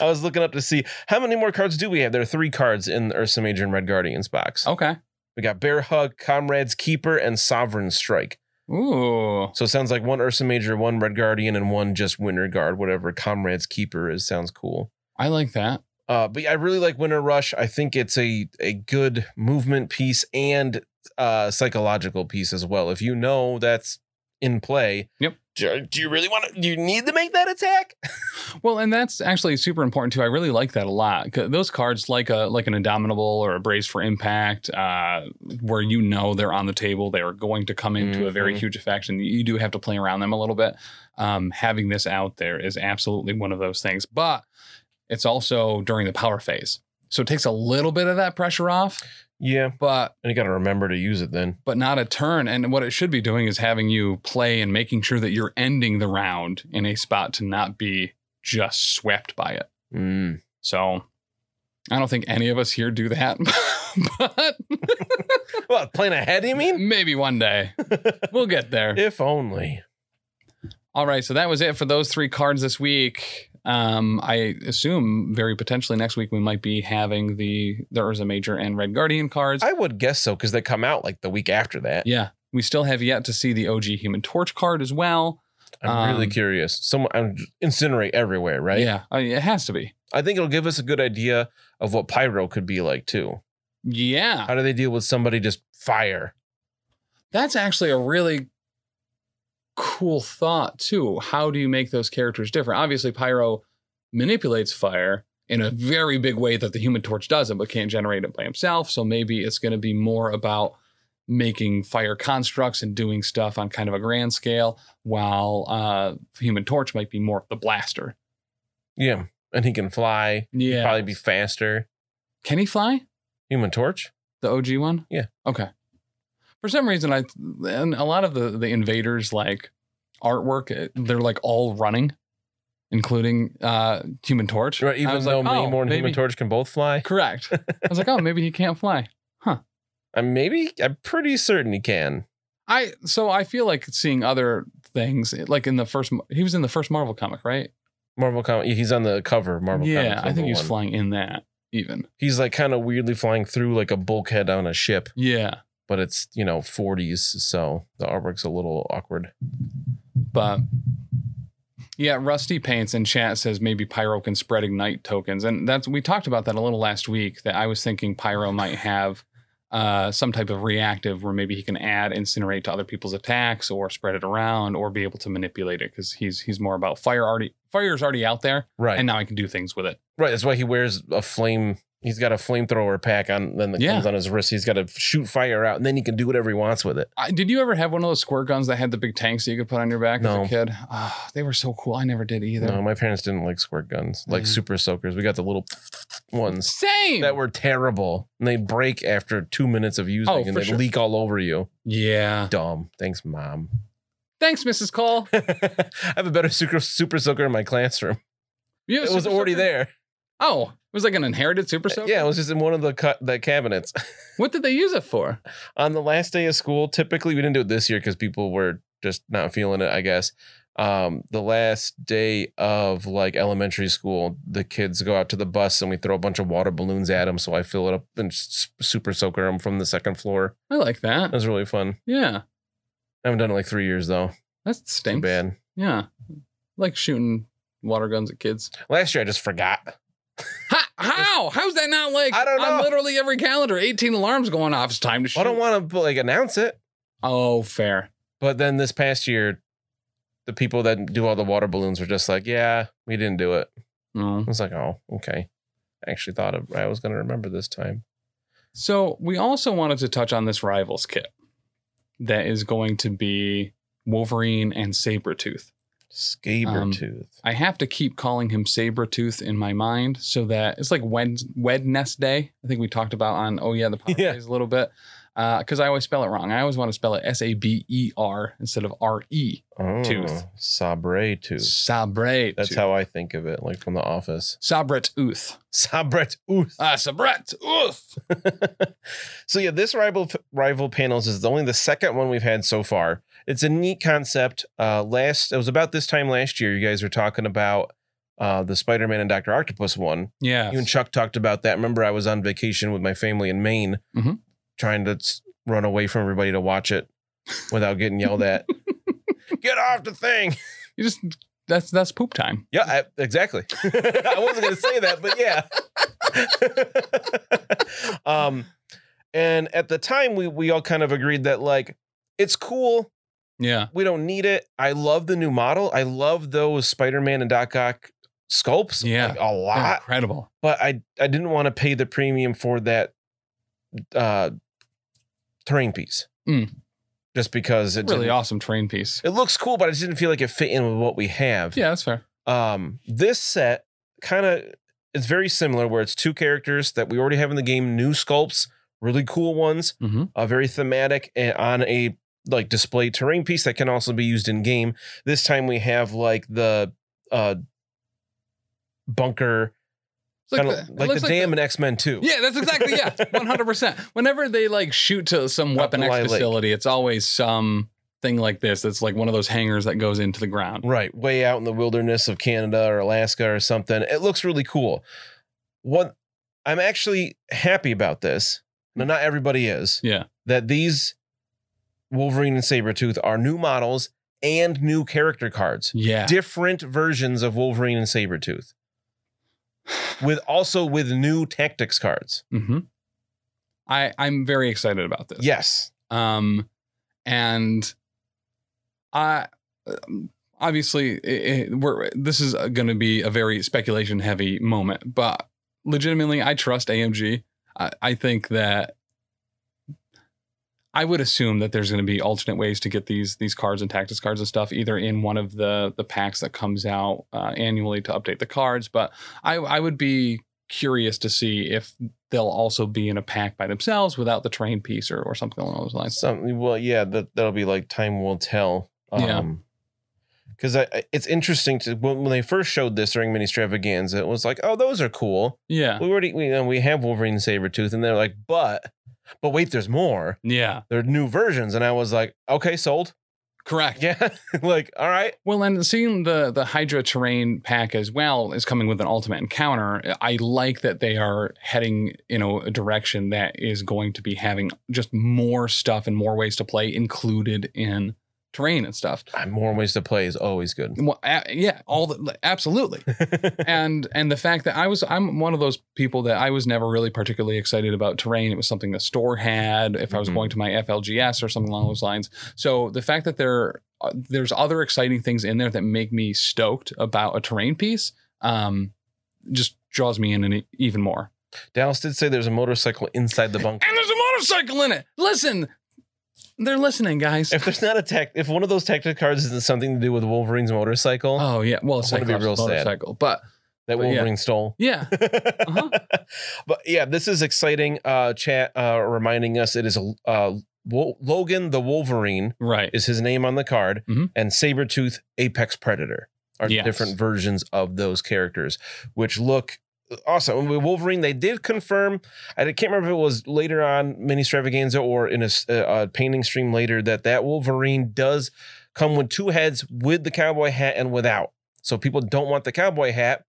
[SPEAKER 2] I was looking up to see how many more cards do we have. There are three cards in the Ursa Major and Red Guardians box.
[SPEAKER 1] Okay.
[SPEAKER 2] We got Bear Hug, Comrade's Keeper, and Sovereign Strike.
[SPEAKER 1] Ooh.
[SPEAKER 2] So it sounds like one Ursa Major, one Red Guardian, and one just Winter Guard, whatever Comrade's Keeper is. Sounds cool.
[SPEAKER 1] I like that.
[SPEAKER 2] Uh, but yeah, I really like Winter Rush. I think it's a a good movement piece and uh, psychological piece as well. If you know that's in play,
[SPEAKER 1] Yep.
[SPEAKER 2] Do, do you really want to? Do you need to make that attack?
[SPEAKER 1] Well, and that's actually super important too. I really like that a lot. 'Cause Those cards, like a like an Indomitable or a Brace for Impact, uh, where you know they're on the table, they are going to come into a very
[SPEAKER 2] Mhm.
[SPEAKER 1] huge effect, and you do have to play around them a little bit. Um, having this out there is absolutely one of those things, but it's also during the power phase, so it takes a little bit of that pressure off,
[SPEAKER 2] Yeah,
[SPEAKER 1] but
[SPEAKER 2] and you got to remember to use it then.
[SPEAKER 1] but not a turn. And what it should be doing is having you play and making sure that you're ending the round in a spot to not be just swept by it.
[SPEAKER 2] Mm.
[SPEAKER 1] So I don't think any of us here do that, but
[SPEAKER 2] What plan ahead? You mean?
[SPEAKER 1] maybe one day we'll get there.
[SPEAKER 2] if only.
[SPEAKER 1] All right, so that was it for those three cards this week. Um, I assume very potentially next week we might be having the the Urza Major and Red Guardian cards.
[SPEAKER 2] I would guess so because they come out like the week after that.
[SPEAKER 1] yeah, we still have yet to see the OG Human Torch card as well.
[SPEAKER 2] I'm really
[SPEAKER 1] Um,
[SPEAKER 2] curious. Someone I'm, incinerate everywhere, right?
[SPEAKER 1] Yeah, I mean, it has to be.
[SPEAKER 2] I think it'll give us a good idea of what pyro could be like too.
[SPEAKER 1] Yeah,
[SPEAKER 2] How do they deal with somebody just fire?
[SPEAKER 1] That's actually a really cool thought too. How do you make those characters different? Obviously, Pyro manipulates fire in a very big way that the Human Torch doesn't, but can't generate it by himself. So maybe it's going to be more about making fire constructs and doing stuff on kind of a grand scale, while uh, Human Torch might be more of the blaster.
[SPEAKER 2] Yeah, and he can fly.
[SPEAKER 1] Yeah.
[SPEAKER 2] Probably be faster.
[SPEAKER 1] Can he fly?
[SPEAKER 2] Human Torch.
[SPEAKER 1] The OG one?
[SPEAKER 2] Yeah.
[SPEAKER 1] Okay. For some reason, I and a lot of the the invaders like artwork, it- they're like all running, including uh Human Torch.
[SPEAKER 2] Right,
[SPEAKER 1] I
[SPEAKER 2] even
[SPEAKER 1] was
[SPEAKER 2] though
[SPEAKER 1] like,
[SPEAKER 2] Mini
[SPEAKER 1] oh,
[SPEAKER 2] More and
[SPEAKER 1] maybe-
[SPEAKER 2] Human Torch can both fly,
[SPEAKER 1] Correct. I was like, oh, maybe he can't fly.
[SPEAKER 2] I maybe I'm pretty certain he can.
[SPEAKER 1] I so I feel like seeing other things like in the first he was in the first Marvel comic, right?
[SPEAKER 2] Marvel comic. He's on the cover. of Marvel.
[SPEAKER 1] yeah,
[SPEAKER 2] Comics
[SPEAKER 1] I think
[SPEAKER 2] number
[SPEAKER 1] he was
[SPEAKER 2] one.
[SPEAKER 1] flying in that even.
[SPEAKER 2] He's like kind of weirdly flying through like a bulkhead on a ship,
[SPEAKER 1] Yeah.
[SPEAKER 2] but it's you know 40s, so the artwork's a little awkward.
[SPEAKER 1] But yeah, Rusty Paints in chat says maybe Pyro can spread ignite tokens. And that's we talked about that a little last week that I was thinking Pyro might have uh, some type of reactive where maybe he can add incinerate to other people's attacks or spread it around or be able to manipulate it because he's he's more about fire already fire's already out there
[SPEAKER 2] Right,
[SPEAKER 1] and now I can do things with it.
[SPEAKER 2] right. That's why he wears a flame. He's got a flamethrower pack on. Then that
[SPEAKER 1] Yeah.
[SPEAKER 2] comes on his wrist. He's got to shoot fire out, and then he can do whatever he wants with it.
[SPEAKER 1] I, did you ever have one of those squirt guns that had the big tanks that you could put on your back
[SPEAKER 2] No.
[SPEAKER 1] as a kid? Ah, they were so cool. I never did either.
[SPEAKER 2] No, my parents didn't like squirt guns, like
[SPEAKER 1] Mm.
[SPEAKER 2] super soakers. We got the little ones
[SPEAKER 1] Same.
[SPEAKER 2] that were terrible, and they break after two minutes of using,
[SPEAKER 1] Oh,
[SPEAKER 2] and
[SPEAKER 1] for
[SPEAKER 2] they
[SPEAKER 1] sure.
[SPEAKER 2] leak all over you.
[SPEAKER 1] yeah.
[SPEAKER 2] Dumb. Thanks, mom.
[SPEAKER 1] Thanks, Mrs. Cole.
[SPEAKER 2] I have a better super, super soaker in my classroom.
[SPEAKER 1] You have
[SPEAKER 2] It was
[SPEAKER 1] super
[SPEAKER 2] already
[SPEAKER 1] soaker?
[SPEAKER 2] there.
[SPEAKER 1] Oh, it was like an inherited super soaker.
[SPEAKER 2] Uh, Yeah, it was just in one of the cu- the cabinets.
[SPEAKER 1] What did they use it for?
[SPEAKER 2] On the last day of school, typically we didn't do it this year because people were just not feeling it. I guess. Um, the last day of like elementary school, the kids go out to the bus and we throw a bunch of water balloons at them. So I fill it up and s- super soaker them from the second floor.
[SPEAKER 1] I like
[SPEAKER 2] It
[SPEAKER 1] that.
[SPEAKER 2] was really fun.
[SPEAKER 1] Yeah,
[SPEAKER 2] I haven't done it in, like three years though.
[SPEAKER 1] that's
[SPEAKER 2] Too
[SPEAKER 1] stinks.
[SPEAKER 2] bad.
[SPEAKER 1] Yeah, like shooting water guns at kids.
[SPEAKER 2] Last year I just forgot.
[SPEAKER 1] Ha, how? How's that not like?
[SPEAKER 2] I don't know.
[SPEAKER 1] On literally every calendar, eighteen alarms going off. It's time to shoot.
[SPEAKER 2] I don't want to like announce it.
[SPEAKER 1] oh, fair.
[SPEAKER 2] But then this past year, the people that do all the water balloons were just like, yeah, we didn't do it.
[SPEAKER 1] No.
[SPEAKER 2] I was like, oh, okay. I actually thought of, I was going to remember this time.
[SPEAKER 1] So we also wanted to touch on this Rivals kit that is going to be Wolverine and Sabretooth.
[SPEAKER 2] Sabertooth.
[SPEAKER 1] I have to keep calling him Sabretooth in my mind so that it's like Wed- Wednesday. I think we talked about on Oh Yeah the podcast
[SPEAKER 2] Yeah.
[SPEAKER 1] a little bit because I always spell it wrong. I always want to spell it S A B E R instead of R E.
[SPEAKER 2] oh,
[SPEAKER 1] tooth.
[SPEAKER 2] Sabre tooth.
[SPEAKER 1] Sabretooth.
[SPEAKER 2] That's how I think of it, like from The Office.
[SPEAKER 1] Sabretooth.
[SPEAKER 2] Sabretooth.
[SPEAKER 1] Ah, Sabretooth.
[SPEAKER 2] so yeah, this rival rival panels is only the second one we've had so far. It's a neat concept. Uh, last it was about this time last year. You guys were talking about uh, the Spider Man and Doctor Octopus one.
[SPEAKER 1] Yeah.
[SPEAKER 2] You and Chuck talked about that. Remember, I was on vacation with my family in Maine,
[SPEAKER 1] Mhm.
[SPEAKER 2] trying to s- run away from everybody to watch it without getting yelled at. Get off the thing.
[SPEAKER 1] You just that's that's poop time.
[SPEAKER 2] Yeah, I, exactly. I wasn't going to say that, but yeah. um, and at the time, we we all kind of agreed that like it's cool.
[SPEAKER 1] Yeah.
[SPEAKER 2] We don't need it. I love the new model. I love those Spider Man and Doc Ock sculpts.
[SPEAKER 1] Yeah.
[SPEAKER 2] like, a
[SPEAKER 1] They're
[SPEAKER 2] lot
[SPEAKER 1] incredible.
[SPEAKER 2] but I I didn't want to pay the premium for that uh terrain piece.
[SPEAKER 1] Mm.
[SPEAKER 2] Just because it
[SPEAKER 1] Really
[SPEAKER 2] didn't-
[SPEAKER 1] awesome train piece.
[SPEAKER 2] it looks cool, but I just didn't feel like it fit in with what we have.
[SPEAKER 1] Yeah, that's fair.
[SPEAKER 2] Um this set kind of it's very similar where it's two characters that we already have in the game, new sculpts, really cool ones,
[SPEAKER 1] Mhm.
[SPEAKER 2] uh, very thematic and on a like display terrain piece that can also be used in game. This time we have like the uh bunker
[SPEAKER 1] It's like
[SPEAKER 2] kinda-
[SPEAKER 1] the- it
[SPEAKER 2] like the,
[SPEAKER 1] looks like
[SPEAKER 2] dam in X-Men 2.
[SPEAKER 1] Yeah, that's exactly yeah, one hundred percent. Whenever they like shoot to some
[SPEAKER 2] Up the
[SPEAKER 1] weapon
[SPEAKER 2] Lye
[SPEAKER 1] X
[SPEAKER 2] Lake.
[SPEAKER 1] facility, it's always some thing like this. That's like one of those hangers that goes into the ground.
[SPEAKER 2] Right, way out in the wilderness of Canada or Alaska or something. It looks really cool. What I'm actually happy about this. Now, not everybody is.
[SPEAKER 1] Yeah.
[SPEAKER 2] That these Wolverine and Sabretooth are new models and new character cards.
[SPEAKER 1] Yeah,
[SPEAKER 2] Different versions of Wolverine and Sabretooth. With also with new tactics cards.
[SPEAKER 1] hmm I I'm very excited about this.
[SPEAKER 2] Yes.
[SPEAKER 1] um and i um, obviously it, it, we're this is going to be a very speculation heavy moment but legitimately i trust amg i, I think that I would assume that there's going to be alternate ways to get these these cards and tactics cards and stuff, either in one of the the packs that comes out uh, annually to update the cards. But I I would be curious to see if they'll also be in a pack by themselves without the train piece or, or something along those lines.
[SPEAKER 2] Something. Well, yeah, that that'll be like time will tell.
[SPEAKER 1] Yeah.
[SPEAKER 2] Because I, I- it's interesting to when, when they first showed this during Mini Stravaganza, it was like, oh, those are cool.
[SPEAKER 1] Yeah.
[SPEAKER 2] We already we, you know, we have Wolverine and Sabretooth, and they're like, but but wait, there's more.
[SPEAKER 1] Yeah.
[SPEAKER 2] There are new versions, and I was like, okay, sold.
[SPEAKER 1] Correct.
[SPEAKER 2] Yeah, like all right,
[SPEAKER 1] Well, and seeing the the Hydra terrain pack as well is coming with an ultimate encounter. I like that they are heading you know a direction that is going to be having just more stuff and more ways to play included in terrain and stuff.
[SPEAKER 2] Ah, more ways to play is always good.
[SPEAKER 1] Well, a- yeah, all the, absolutely. and and the fact that I was I'm one of those people that I was never really particularly excited about terrain. It was something the store had if I was
[SPEAKER 2] Mhm.
[SPEAKER 1] going to my FLGS or something along those lines. So the fact that there uh, there's other exciting things in there that make me stoked about a terrain piece um, just draws me in an, e, even more.
[SPEAKER 2] Dallas did say there's a motorcycle inside the bunker.
[SPEAKER 1] And there's a motorcycle in it. Listen, they're listening, guys.
[SPEAKER 2] If there's not a tech, if one of those tactic cards isn't something to do with Wolverine's motorcycle
[SPEAKER 1] Oh yeah, well,
[SPEAKER 2] I wanna be
[SPEAKER 1] Cyclops
[SPEAKER 2] real sad.
[SPEAKER 1] motorcycle, but
[SPEAKER 2] that
[SPEAKER 1] but yeah.
[SPEAKER 2] Wolverine stole,
[SPEAKER 1] yeah, Uh-huh.
[SPEAKER 2] but yeah, this is exciting. Uh, chat uh, reminding us it is uh, Wo- Logan the Wolverine
[SPEAKER 1] right.
[SPEAKER 2] is his name on the card,
[SPEAKER 1] Mhm.
[SPEAKER 2] and Sabretooth Apex Predator are
[SPEAKER 1] Yes.
[SPEAKER 2] different versions of those characters, which look awesome. And with Wolverine, they did confirm, I can't remember if it was later on Mini Stravaganza or in a, s- uh, a- a painting stream later, that that Wolverine does come with two heads with the cowboy hat and without. So if people don't want the cowboy hat.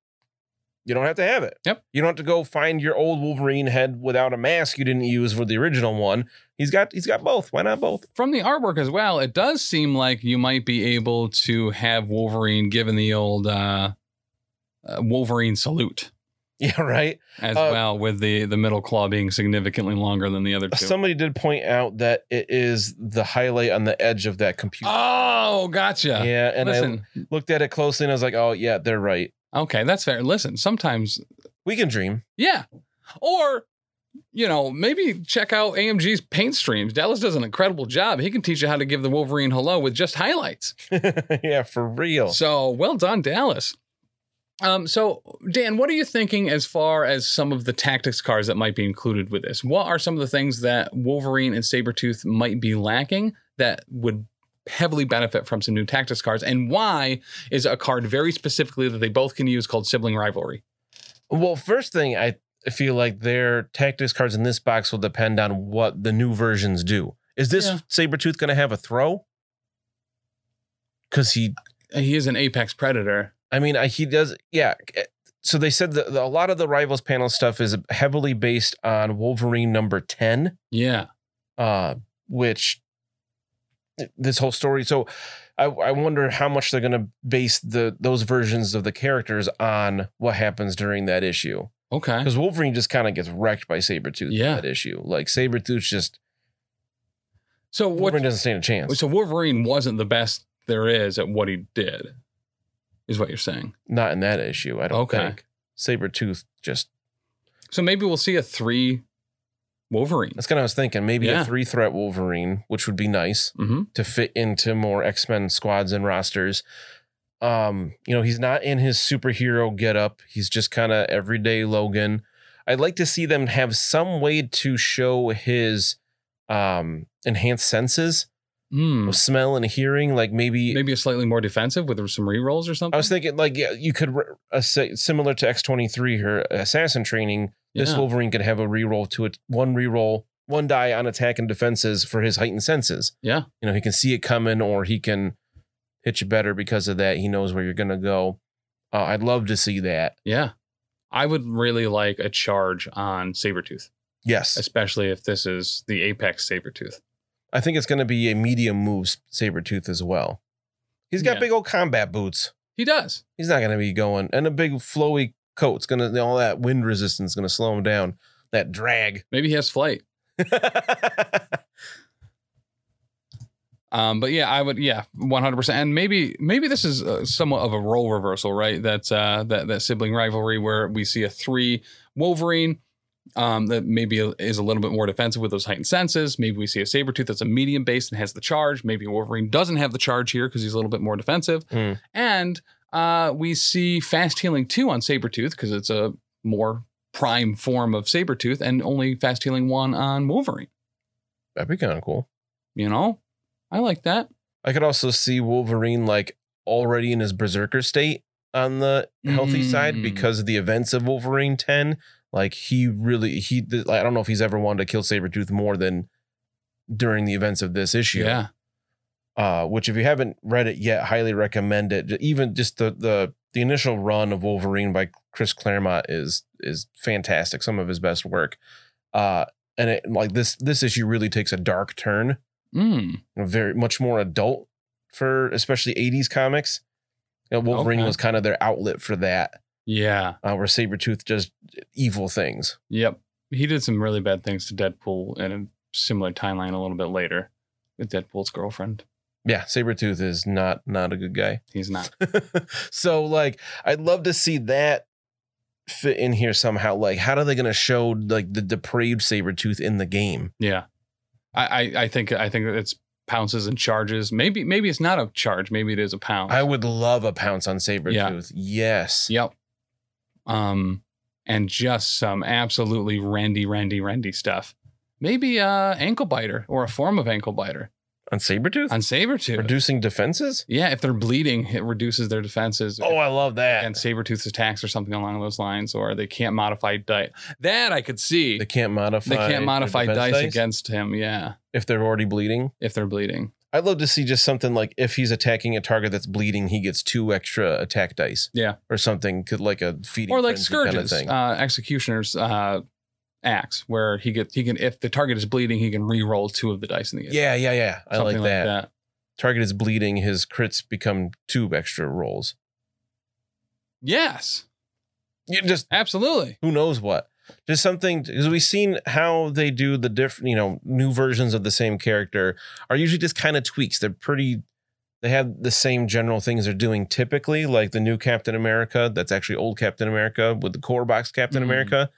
[SPEAKER 2] You don't have to have it.
[SPEAKER 1] Yep.
[SPEAKER 2] You don't have to go find your old Wolverine head without a mask you didn't use for the original one. He's got he's got both. Why not both?
[SPEAKER 1] from the artwork as well, it does seem like you might be able to have Wolverine given the old uh, uh, Wolverine salute
[SPEAKER 2] Yeah, right.
[SPEAKER 1] as
[SPEAKER 2] Uh,
[SPEAKER 1] well, with the the middle claw being significantly longer than the other two.
[SPEAKER 2] Somebody did point out that it is the highlight on the edge of that computer.
[SPEAKER 1] oh, gotcha.
[SPEAKER 2] yeah, and
[SPEAKER 1] Listen,
[SPEAKER 2] I looked at it closely and I was like, "Oh, yeah, they're right.
[SPEAKER 1] okay, that's fair. Listen, sometimes,
[SPEAKER 2] We can dream."
[SPEAKER 1] yeah, or you know, maybe check out AMG's paint streams. Dallas does an incredible job. He can teach you how to give the Wolverine hello with just highlights.
[SPEAKER 2] yeah, for real.
[SPEAKER 1] So well done, Dallas. Um, so Dan, what are you thinking as far as some of the tactics cards that might be included with this? What are some of the things that Wolverine and Sabretooth might be lacking that would heavily benefit from some new tactics cards? And why is a card very specifically that they both can use called sibling rivalry?
[SPEAKER 2] Well, first thing I feel like their tactics cards in this box will depend on what the new versions do. Is this
[SPEAKER 1] Yeah.
[SPEAKER 2] saber Sabretooth going to have a throw? Because he,
[SPEAKER 1] Uh, He is an apex predator.
[SPEAKER 2] I mean, I, he does. Yeah. eh, So they said that the- a lot of the Rivals panel stuff is heavily based on Wolverine number 10.
[SPEAKER 1] Yeah.
[SPEAKER 2] uh, which this whole story. So I, I wonder how much they're going to base the those versions of the characters on what happens during that issue.
[SPEAKER 1] Okay.
[SPEAKER 2] Because Wolverine just kind of gets wrecked by Sabretooth
[SPEAKER 1] Yeah.
[SPEAKER 2] that issue. Like Sabretooth's just
[SPEAKER 1] So what?
[SPEAKER 2] Wolverine doesn't stand a chance.
[SPEAKER 1] So Wolverine wasn't the best there is at what he did, is what you're saying.
[SPEAKER 2] Not in that issue, I don't
[SPEAKER 1] Okay.
[SPEAKER 2] think. Sabretooth just
[SPEAKER 1] So maybe we'll see a three Wolverine.
[SPEAKER 2] that's kind of I was thinking. Maybe
[SPEAKER 1] Yeah.
[SPEAKER 2] a three threat Wolverine, which would be nice.
[SPEAKER 1] Mm-hmm.
[SPEAKER 2] to fit into more X-Men squads and rosters. Um, you know, he's not in his superhero getup. He's just kind of everyday Logan. I'd like to see them have some way to show his um enhanced senses, of smell and hearing, like maybe,
[SPEAKER 1] Hmm. Mm-hmm. Maybe a slightly more defensive with some rerolls or something.
[SPEAKER 2] I was thinking like yeah, you could re- a, si- similar to X23 her assassin training, this
[SPEAKER 1] Yeah.
[SPEAKER 2] Wolverine could have a reroll to it, one reroll, one die on attack and defenses for his heightened senses.
[SPEAKER 1] Yeah.
[SPEAKER 2] You know, he can see it coming or he can hit you better because of that. He knows where you're going to go. Uh, I'd love to see that.
[SPEAKER 1] yeah. I would really like a charge on Sabretooth,
[SPEAKER 2] Yes.
[SPEAKER 1] especially if this is the Apex Sabretooth.
[SPEAKER 2] I think it's going to be a medium move Sabretooth as well. He's got
[SPEAKER 1] Yeah.
[SPEAKER 2] big old combat boots.
[SPEAKER 1] He does.
[SPEAKER 2] He's not going to be going. And a big flowy coat's going to, all that wind resistance is going to slow him down. That drag.
[SPEAKER 1] Maybe he has flight. Um, but yeah, I would yeah, one hundred percent. And maybe maybe this is uh, somewhat of a role reversal, right? That's uh, that that sibling rivalry where we see a three Wolverine um, that maybe is a little bit more defensive with those heightened senses. Maybe we see a Sabretooth that's a medium base and has the charge. Maybe Wolverine doesn't have the charge here because he's a little bit more defensive.
[SPEAKER 2] Hmm.
[SPEAKER 1] And uh, we see fast healing two on Sabretooth because it's a more prime form of Sabretooth and only fast healing one on Wolverine.
[SPEAKER 2] That'd be kind of cool.
[SPEAKER 1] You know, I like that.
[SPEAKER 2] I could also see Wolverine like already in his berserker state on the healthy side
[SPEAKER 1] Mm.
[SPEAKER 2] because of the events of Wolverine 10. Like he really he th- like, I don't know if he's ever wanted to kill Sabretooth more than during the events of this issue.
[SPEAKER 1] Yeah.
[SPEAKER 2] Uh which if you haven't read it yet, highly recommend it. J- Even just the the the initial run of Wolverine by Chris Claremont is is fantastic. Some of his best work. Uh and it like this this issue really takes a dark turn
[SPEAKER 1] Mm.
[SPEAKER 2] very much more adult for especially 80s comics. You know, Wolverine
[SPEAKER 1] Okay.
[SPEAKER 2] was kind of their outlet for that,
[SPEAKER 1] Yeah.
[SPEAKER 2] uh, where Sabretooth does evil things.
[SPEAKER 1] Yep. He did some really bad things to Deadpool in a similar timeline a little bit later with Deadpool's girlfriend.
[SPEAKER 2] Yeah, Sabretooth is not not a good guy.
[SPEAKER 1] He's not.
[SPEAKER 2] so like I'd love to see that fit in here somehow. Like, how are they gonna show like the depraved Sabretooth in the game?
[SPEAKER 1] Yeah. I, I, I think I think that it's pounces and charges. Maybe maybe it's not a charge. Maybe it is a pound.
[SPEAKER 2] I would love a pounce on Sabretooth. Yes.
[SPEAKER 1] yep. Um and just some absolutely randy randy randy stuff. Maybe uh ankle biter or a form of ankle biter
[SPEAKER 2] On Sabretooth?
[SPEAKER 1] on Sabretooth.
[SPEAKER 2] Reducing defenses?
[SPEAKER 1] yeah, if they're bleeding, it reduces their defenses.
[SPEAKER 2] Oh, I love that.
[SPEAKER 1] and Sabretooth's attacks or something along those lines, or they can't modify dice. That I could see.
[SPEAKER 2] they
[SPEAKER 1] They,
[SPEAKER 2] can't modify their
[SPEAKER 1] can't modify
[SPEAKER 2] defense
[SPEAKER 1] dice, against him, yeah,
[SPEAKER 2] if they're already bleeding.
[SPEAKER 1] if they're bleeding.
[SPEAKER 2] I'd love to see just something like if he's attacking a target that's bleeding, he gets two extra attack dice.
[SPEAKER 1] Yeah.
[SPEAKER 2] Or something could like a feeding
[SPEAKER 1] Or like
[SPEAKER 2] frenzy kinda
[SPEAKER 1] Scourge's uh, executioner's uh, axe, where he gets he can if the target is bleeding, he can re-roll two of the dice in the air.
[SPEAKER 2] yeah, yeah, yeah. I like
[SPEAKER 1] Something
[SPEAKER 2] that. Target is bleeding, his crits become two extra rolls.
[SPEAKER 1] Yes,
[SPEAKER 2] You just
[SPEAKER 1] absolutely.
[SPEAKER 2] who knows what. Just something because we've seen how they do the different, you know, new versions of the same character are usually just kind of tweaks. They're pretty they have the same general things they're doing typically, like the new Captain America, that's actually old Captain America with the core box Captain
[SPEAKER 1] Mhm.
[SPEAKER 2] America.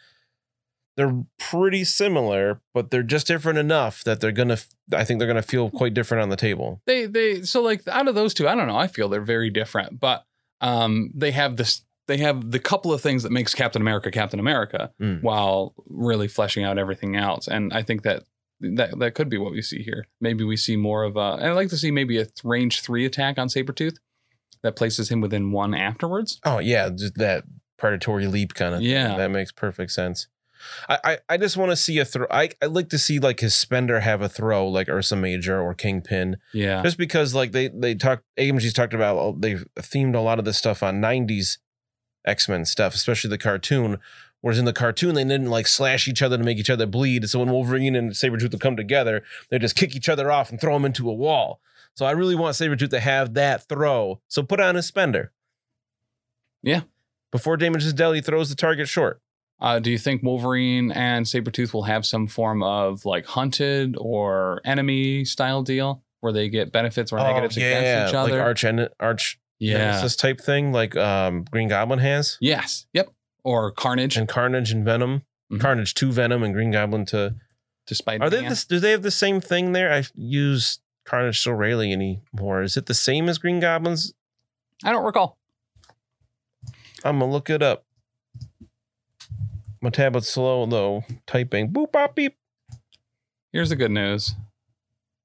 [SPEAKER 2] they're pretty similar, but they're just different enough that they're gonna. f- I think they're gonna feel quite different on the table.
[SPEAKER 1] they they so like out of those two i don't know i feel they're very different but um they have this they have the couple of things that makes captain america captain america
[SPEAKER 2] Mm.
[SPEAKER 1] while really fleshing out everything else and i think that that that could be what we see here maybe we see more of a and i'd like to see maybe a th- range three attack on sabretooth that places him within one afterwards
[SPEAKER 2] Oh yeah, just that predatory leap kind of.
[SPEAKER 1] yeah
[SPEAKER 2] That makes perfect sense. I I, I just want to see a throw. I I like to see like his spender have a throw like Ursa Major or Kingpin,
[SPEAKER 1] yeah
[SPEAKER 2] just because like they they talked AMG's talked about oh, they've themed a lot of this stuff on '90s X Men stuff, especially the cartoon. Whereas in the cartoon, they didn't like slash each other to make each other bleed. So when Wolverine and Sabretooth would come together, they just kick each other off and throw them into a wall. So I really want Sabretooth to have that throw. So put on his spender.
[SPEAKER 1] Yeah.
[SPEAKER 2] Before damages Deli throws the target short.
[SPEAKER 1] uh, do you think wolverine and sabretooth will have some form of like hunted or enemy style deal where they get benefits or negatives against each other
[SPEAKER 2] Oh, Like arch en- arch
[SPEAKER 1] Yeah.
[SPEAKER 2] nemesis type thing, like um, Green Goblin has,
[SPEAKER 1] Yes. Yep. Or Carnage
[SPEAKER 2] and Carnage and Venom,
[SPEAKER 1] Mhm.
[SPEAKER 2] Carnage to Venom and Green Goblin to.
[SPEAKER 1] to Spider
[SPEAKER 2] Are they this? Do they have the same thing there? I use Carnage so rarely anymore. Is it the same as Green Goblin's?
[SPEAKER 1] I don't recall.
[SPEAKER 2] I'm gonna look it up. My tablet's slow though. Typing boop bop beep.
[SPEAKER 1] Here's the good news.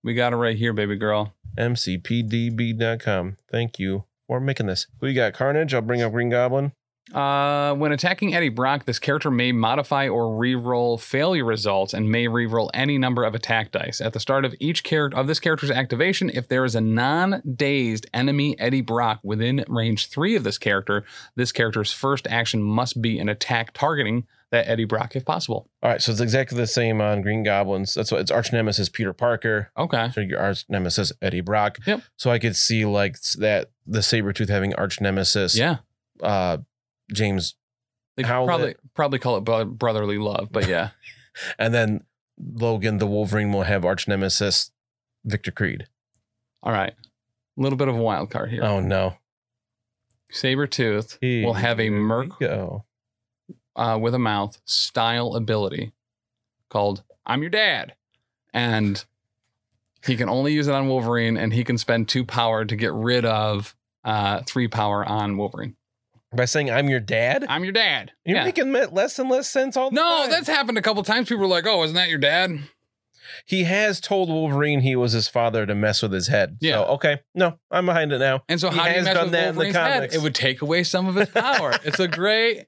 [SPEAKER 1] We got it right here, baby girl.
[SPEAKER 2] MCPDB.com. Thank you for making this. Who you got? Carnage. I'll bring up Green Goblin.
[SPEAKER 1] Uh, when attacking Eddie Brock, this character may modify or reroll failure results and may reroll any number of attack dice. At the start of each character of this character's activation, if there is a non-dazed enemy Eddie Brock within range three of this character, this character's first action must be an attack targeting that Eddie Brock, if possible.
[SPEAKER 2] All right, so it's exactly the same on Green Goblins. That's what it's arch nemesis Peter Parker.
[SPEAKER 1] Okay.
[SPEAKER 2] So your arch nemesis Eddie Brock.
[SPEAKER 1] Yep.
[SPEAKER 2] So I could see like s- that the saber tooth having arch nemesis
[SPEAKER 1] Yeah.
[SPEAKER 2] uh James
[SPEAKER 1] They
[SPEAKER 2] How
[SPEAKER 1] probably
[SPEAKER 2] lit.
[SPEAKER 1] probably call it bro- brotherly love, but yeah.
[SPEAKER 2] and then Logan the Wolverine will have arch nemesis Victor Creed.
[SPEAKER 1] All right. A little bit of a wild card here.
[SPEAKER 2] Oh no.
[SPEAKER 1] Sabretooth will have a
[SPEAKER 2] Here we
[SPEAKER 1] merc
[SPEAKER 2] go.
[SPEAKER 1] uh, with a mouth style ability called I'm your dad. And he can only use it on Wolverine and he can spend two power to get rid of uh, three power on Wolverine.
[SPEAKER 2] By saying I'm your dad?
[SPEAKER 1] I'm your dad.
[SPEAKER 2] You're
[SPEAKER 1] yeah.
[SPEAKER 2] making making me- less and less sense all the
[SPEAKER 1] no,
[SPEAKER 2] time.
[SPEAKER 1] that's happened a couple times. People were like, oh, isn't that your dad?
[SPEAKER 2] he has told Wolverine he was his father to mess with his head.
[SPEAKER 1] Yeah.
[SPEAKER 2] So okay. No, I'm behind it now.
[SPEAKER 1] And so
[SPEAKER 2] He
[SPEAKER 1] how do you
[SPEAKER 2] has
[SPEAKER 1] mess
[SPEAKER 2] done
[SPEAKER 1] with
[SPEAKER 2] that in the
[SPEAKER 1] Wolverine's head?
[SPEAKER 2] comics.
[SPEAKER 1] It would take away some of his power. it's a great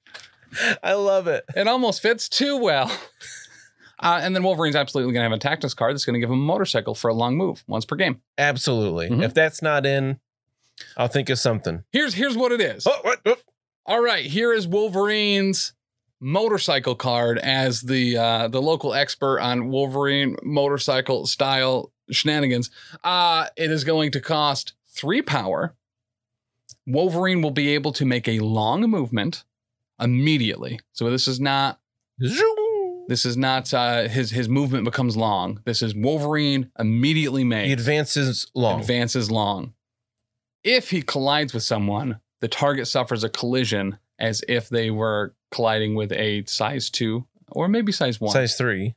[SPEAKER 2] I love it.
[SPEAKER 1] It almost fits too well. Uh, and then Wolverine's absolutely going to have a tactics card that's going to give him a motorcycle for a long move once per game.
[SPEAKER 2] Absolutely.
[SPEAKER 1] Mhm.
[SPEAKER 2] If that's not in, I'll think of something.
[SPEAKER 1] Here's here's what it is.
[SPEAKER 2] Oh, what? Oh.
[SPEAKER 1] All right, here is Wolverine's motorcycle card as the uh, the local expert on Wolverine motorcycle style shenanigans. Uh, it is going to cost three power. Wolverine will be able to make a long movement immediately. So this is not
[SPEAKER 2] Zoom.
[SPEAKER 1] This is not uh, his his movement becomes long. This is Wolverine immediately
[SPEAKER 2] He
[SPEAKER 1] made
[SPEAKER 2] advances long.
[SPEAKER 1] advances long. If he collides with someone, the target suffers a collision as if they were colliding with a size two or maybe size one.
[SPEAKER 2] Size three.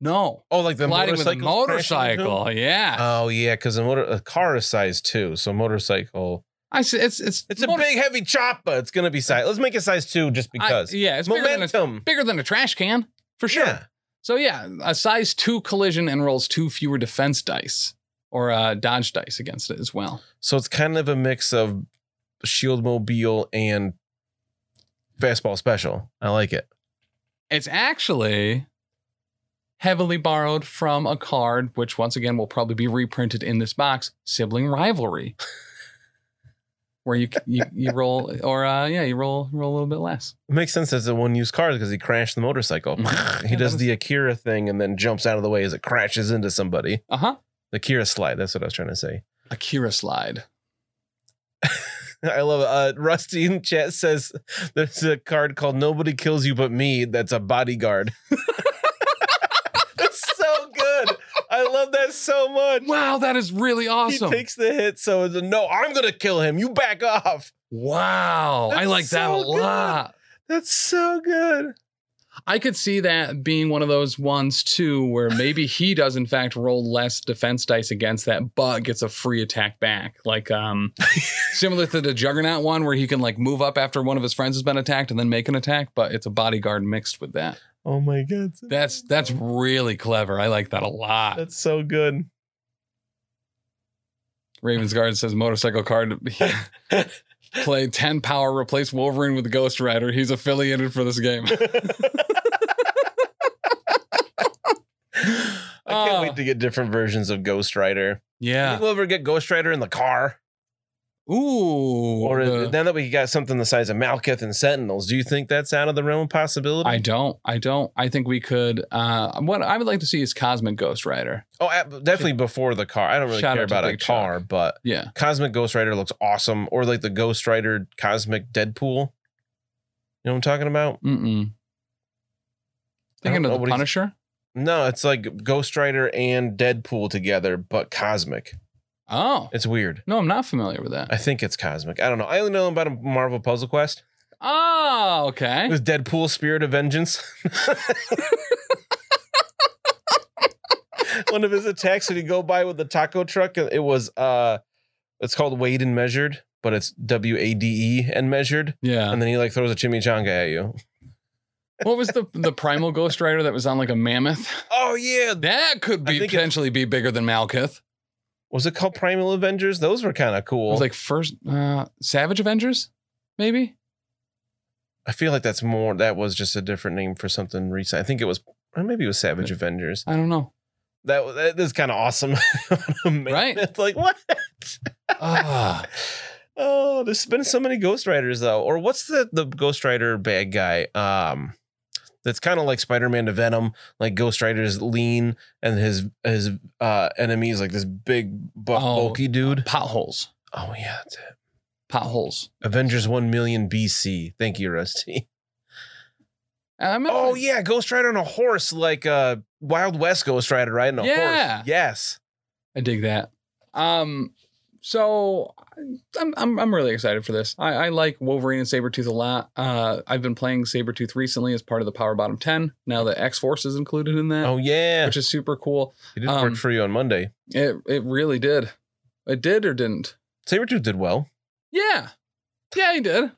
[SPEAKER 1] no,
[SPEAKER 2] Oh, like the
[SPEAKER 1] colliding with a
[SPEAKER 2] motorcycle's crashing into him?
[SPEAKER 1] motorcycle. Yeah,
[SPEAKER 2] Oh yeah, because a motor a car is size two, so motorcycle.
[SPEAKER 1] I s- it's it's
[SPEAKER 2] It's a
[SPEAKER 1] motor-
[SPEAKER 2] big heavy chopper. It's gonna be size. Let's make it size two just
[SPEAKER 1] I-
[SPEAKER 2] because.
[SPEAKER 1] yeah, it's bigger than a
[SPEAKER 2] Momentum.
[SPEAKER 1] bigger than a trash can for sure.
[SPEAKER 2] Yeah.
[SPEAKER 1] So yeah, a size two collision enrolls two fewer defense dice or uh, dodge dice against it as well.
[SPEAKER 2] So it's kind of a mix of shield mobile and fastball special. I like it.
[SPEAKER 1] It's actually heavily borrowed from a card, which once again will probably be reprinted in this box, Sibling Rivalry. Where you, you you roll or uh yeah you roll roll a little bit less.
[SPEAKER 2] It makes sense as a one use car because he crashed the motorcycle.
[SPEAKER 1] Mhm.
[SPEAKER 2] he
[SPEAKER 1] Yeah,
[SPEAKER 2] does
[SPEAKER 1] that
[SPEAKER 2] the Akira thing and then jumps out of the way as it crashes into somebody.
[SPEAKER 1] Uh huh.
[SPEAKER 2] The Akira slide. That's what I was trying to say.
[SPEAKER 1] Akira slide.
[SPEAKER 2] I love it. Uh, Rusty in chat says there's a card called Nobody Kills You But Me that's a bodyguard. That's so good. I love that so much.
[SPEAKER 1] Wow, that is really awesome.
[SPEAKER 2] He takes the hit, so it's a, no, I'm going to kill him. You back off.
[SPEAKER 1] wow, I
[SPEAKER 2] That's
[SPEAKER 1] like that a
[SPEAKER 2] so good.
[SPEAKER 1] lot.
[SPEAKER 2] That's so good.
[SPEAKER 1] I could see that being one of those ones too, where maybe he does in fact roll less defense dice against that, but gets a free attack back. Like um, similar to the Juggernaut one, where he can like move up after one of his friends has been attacked and then make an attack, but it's a bodyguard mixed with that.
[SPEAKER 2] Oh my god.
[SPEAKER 1] That's that's really clever. I like that a lot.
[SPEAKER 2] That's so good.
[SPEAKER 1] Raven's Guard says motorcycle card. Play 10 power, replace Wolverine with Ghost Rider. He's affiliated for this game.
[SPEAKER 2] I can't
[SPEAKER 1] Ah.
[SPEAKER 2] wait to get different versions of Ghost Rider.
[SPEAKER 1] Yeah.
[SPEAKER 2] People ever get Ghost Rider in the car?
[SPEAKER 1] Ooh.
[SPEAKER 2] Or
[SPEAKER 1] the-
[SPEAKER 2] now that we got something the size of Malkith and Sentinels, do you think that's out of the realm of possibility?
[SPEAKER 1] I don't. I don't. I think we could. Uh, what I would like to see is Cosmic Ghost Rider.
[SPEAKER 2] oh, ab- definitely before the car. I don't really
[SPEAKER 1] Shout
[SPEAKER 2] care
[SPEAKER 1] out to
[SPEAKER 2] about a
[SPEAKER 1] Big
[SPEAKER 2] car, but
[SPEAKER 1] Yeah.
[SPEAKER 2] Cosmic Ghost Rider looks awesome. Or like the Ghost Rider Cosmic Deadpool. You know what I'm talking about?
[SPEAKER 1] Mm-mm. Thinking
[SPEAKER 2] know
[SPEAKER 1] of
[SPEAKER 2] Oh,
[SPEAKER 1] the
[SPEAKER 2] what he's-
[SPEAKER 1] Punisher.
[SPEAKER 2] No, it's like Ghost Rider and Deadpool together, but cosmic.
[SPEAKER 1] Oh
[SPEAKER 2] It's weird.
[SPEAKER 1] no, I'm not familiar with
[SPEAKER 2] I
[SPEAKER 1] that.
[SPEAKER 2] think it's cosmic. I don't know. I only know about a Marvel Puzzle Quest.
[SPEAKER 1] Oh,
[SPEAKER 2] It
[SPEAKER 1] okay.
[SPEAKER 2] was Deadpool Spirit of Vengeance. One of his attacks that he go by with the taco truck. It was uh it's called Weighed and Measured, but it's W A D E and measured.
[SPEAKER 1] Yeah.
[SPEAKER 2] And then he like throws a chimichanga at you.
[SPEAKER 1] What was the the primal Ghost Rider that was on like a mammoth?
[SPEAKER 2] Oh yeah.
[SPEAKER 1] That could
[SPEAKER 2] I
[SPEAKER 1] be
[SPEAKER 2] think it-
[SPEAKER 1] potentially be bigger than Malkith.
[SPEAKER 2] Was it called Primal Avengers? Those were kind of
[SPEAKER 1] It
[SPEAKER 2] cool.
[SPEAKER 1] was like first uh, Savage Avengers, maybe.
[SPEAKER 2] I feel like that's more. That was just a different name for something recent. I think it was, or maybe it was Savage Avengers.
[SPEAKER 1] I don't know.
[SPEAKER 2] That that is kind of awesome,
[SPEAKER 1] Right.
[SPEAKER 2] It's like what?
[SPEAKER 1] Ah,
[SPEAKER 2] Oh, there's been so many Ghost Riders though. Or what's the the Ghost Rider bad guy? Um, that's kind of like Spider Man to Venom. Like Ghost Rider's lean, and his his uh enemy is like this big buff
[SPEAKER 1] Oh.
[SPEAKER 2] bulky dude.
[SPEAKER 1] potholes,
[SPEAKER 2] Oh yeah, that's it.
[SPEAKER 1] potholes.
[SPEAKER 2] Avengers one million BC. Thank you, Rusty.
[SPEAKER 1] I'm
[SPEAKER 2] Oh yeah, Ghost Rider on a horse, like uh Wild West Ghost Rider riding a
[SPEAKER 1] Yeah.
[SPEAKER 2] horse. Yes.
[SPEAKER 1] I dig that. Um, so I'm I'm I'm really excited for this. I, I like Wolverine and Sabretooth a lot. Uh, I've been playing Sabretooth recently as part of the Power Bottom 10. Now that X Force is included in that,
[SPEAKER 2] Oh yeah.
[SPEAKER 1] which is super cool.
[SPEAKER 2] He did
[SPEAKER 1] um,
[SPEAKER 2] work for you on Monday.
[SPEAKER 1] It it really did. It did or didn't?
[SPEAKER 2] Sabretooth did well.
[SPEAKER 1] Yeah. Yeah, he did.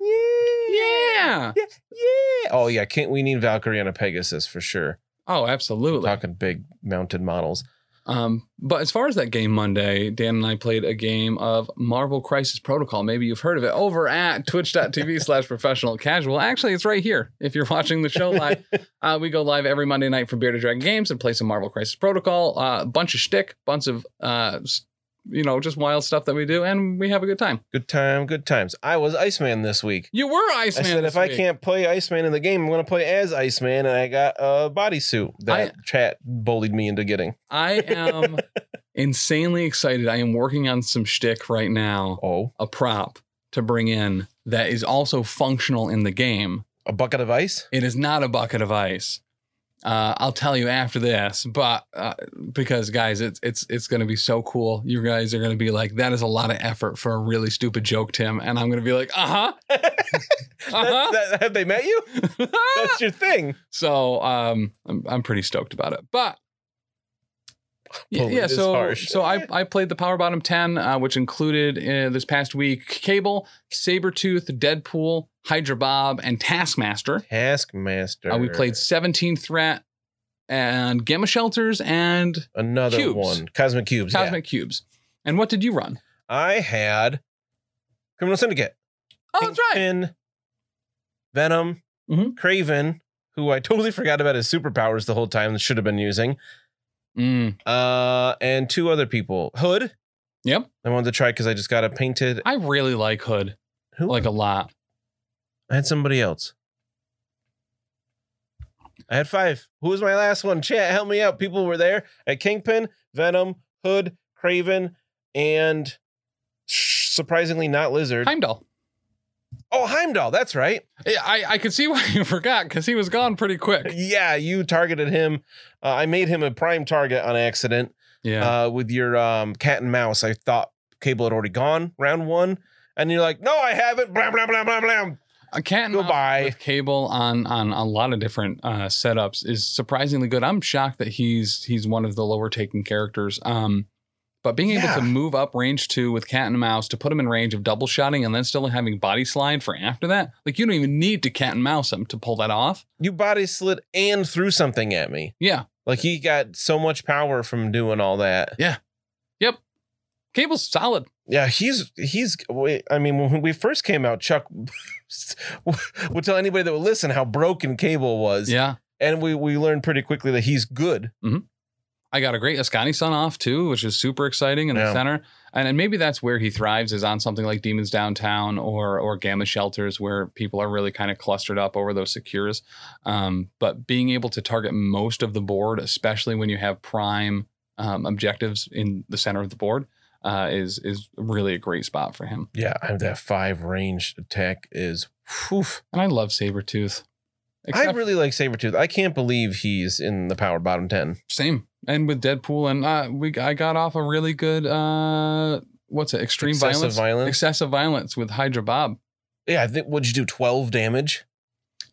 [SPEAKER 2] Yeah.
[SPEAKER 1] Yeah.
[SPEAKER 2] Yeah. Oh yeah. Can't we need Valkyrie on a Pegasus for sure?
[SPEAKER 1] Oh,
[SPEAKER 2] We're
[SPEAKER 1] absolutely.
[SPEAKER 2] talking big mounted models.
[SPEAKER 1] Um, but as far as that game Monday, Dan and I played a game of Marvel Crisis Protocol. Maybe you've heard of it over at twitch.tv slash professional casual. Actually, it's right here. If you're watching the show live, uh, we go live every Monday night for Bearded Dragon Games and play some Marvel Crisis Protocol, a bunch of shtick, bunch of, uh, s- you know, just wild stuff that we do, and we have a good time.
[SPEAKER 2] Good time, good times. I was Iceman this week.
[SPEAKER 1] You were Iceman.
[SPEAKER 2] I said
[SPEAKER 1] this
[SPEAKER 2] if I
[SPEAKER 1] week.
[SPEAKER 2] can't play Iceman in the game, I'm gonna play as Iceman, and I got a bodysuit that chat bullied me into getting.
[SPEAKER 1] I am insanely excited. I am working on some shtick right now.
[SPEAKER 2] Oh,
[SPEAKER 1] a prop to bring in that is also functional in the game.
[SPEAKER 2] a bucket of ice?
[SPEAKER 1] It is not a bucket of ice. Uh, I'll tell you after this, but uh, because guys, it's it's it's going to be so cool. You guys are going to be like, that is a lot of effort for a really stupid joke, Tim, and I'm going to be like, uh-huh." uh huh,
[SPEAKER 2] That- that- have they met you?
[SPEAKER 1] uh huh.
[SPEAKER 2] That's your thing.
[SPEAKER 1] so um, I'm I'm pretty stoked about it, but. Yeah,
[SPEAKER 2] Bullied
[SPEAKER 1] yeah,
[SPEAKER 2] is
[SPEAKER 1] so
[SPEAKER 2] harsh.
[SPEAKER 1] so I, I played the Power Bottom 10, uh, which included uh, this past week Cable, Sabretooth, Deadpool, Hydra Bob, and Taskmaster.
[SPEAKER 2] Taskmaster.
[SPEAKER 1] Uh, we played 17 Threat and Gamma Shelters and
[SPEAKER 2] another
[SPEAKER 1] Cubes.
[SPEAKER 2] one. Cosmic Cubes. yeah.
[SPEAKER 1] Cosmic Cubes. And what did you run?
[SPEAKER 2] I had Criminal Syndicate.
[SPEAKER 1] Oh, that's right.
[SPEAKER 2] Kingpin, Venom,
[SPEAKER 1] Mhm.
[SPEAKER 2] Craven, who I totally forgot about his superpowers the whole time that should have been using.
[SPEAKER 1] Mm,
[SPEAKER 2] Uh, and two other people. Hood.
[SPEAKER 1] Yep.
[SPEAKER 2] I wanted to try because I just got it painted.
[SPEAKER 1] I really like Hood,
[SPEAKER 2] Who?
[SPEAKER 1] like a lot.
[SPEAKER 2] I had somebody else. I had five. Who was my last one? Chat, help me out. People were there at Kingpin, Venom, Hood, Craven, and sh- surprisingly not Lizard.
[SPEAKER 1] Heimdall.
[SPEAKER 2] oh, Heimdall. That's right.
[SPEAKER 1] I, I could see why you forgot because he was gone pretty quick.
[SPEAKER 2] Yeah, you targeted him. Uh, I made him a prime target on accident
[SPEAKER 1] Yeah.
[SPEAKER 2] uh, with your um, cat and mouse. I thought Cable had already gone round one. And you're like, no, I haven't. Blah, blah, blah, blah, blah.
[SPEAKER 1] a cat and mouse
[SPEAKER 2] Goodbye.
[SPEAKER 1] with cable on on a lot of different uh, setups is surprisingly good. I'm shocked that he's he's one of the lower taken characters. Um, but being
[SPEAKER 2] Yeah.
[SPEAKER 1] able to move up range two with cat and mouse to put him in range of double shotting and then still having body slide for after that, like you don't even need to cat and mouse him to pull that off.
[SPEAKER 2] You body slid and threw something at me.
[SPEAKER 1] Yeah,
[SPEAKER 2] Like he got so much power from doing all that.
[SPEAKER 1] cable's solid.
[SPEAKER 2] Yeah, he's he's. wait, I mean, when we first came out, Chuck would tell anybody that would listen how broken Cable was,
[SPEAKER 1] Yeah,
[SPEAKER 2] and we we learned pretty quickly that he's good.
[SPEAKER 1] I got a great Ascani Sun off too, which is super exciting in the
[SPEAKER 2] Yeah.
[SPEAKER 1] center. And, and maybe that's where he thrives is on something like Demons Downtown or or Gamma Shelters, where people are really kind of clustered up over those secures. Um, but being able to target most of the board, especially when you have prime um, objectives in the center of the board, uh, is is really a great spot for him.
[SPEAKER 2] Yeah, I'm that five range attack is. Whew.
[SPEAKER 1] And I love Sabretooth.
[SPEAKER 2] I
[SPEAKER 1] Except
[SPEAKER 2] really like Sabretooth. I can't believe he's in the power bottom ten.
[SPEAKER 1] same. And with Deadpool and uh, we I got off a really good uh, what's it? Extreme
[SPEAKER 2] Excessive
[SPEAKER 1] violence.
[SPEAKER 2] violence.
[SPEAKER 1] excessive violence with Hydra Bob.
[SPEAKER 2] Yeah, I think what'd you do? Twelve damage?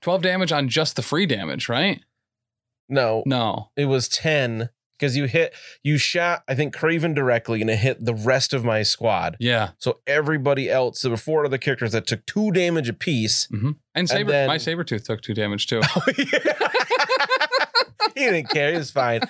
[SPEAKER 1] 12 damage on just the free damage, right?
[SPEAKER 2] No,
[SPEAKER 1] No.
[SPEAKER 2] it was ten because you hit you shot I think Craven directly and it hit the rest of my squad.
[SPEAKER 1] Yeah.
[SPEAKER 2] So everybody else, there were four other characters that took two damage apiece.
[SPEAKER 1] And Saber,
[SPEAKER 2] then-
[SPEAKER 1] my saber tooth took two damage too.
[SPEAKER 2] he didn't care. He was fine.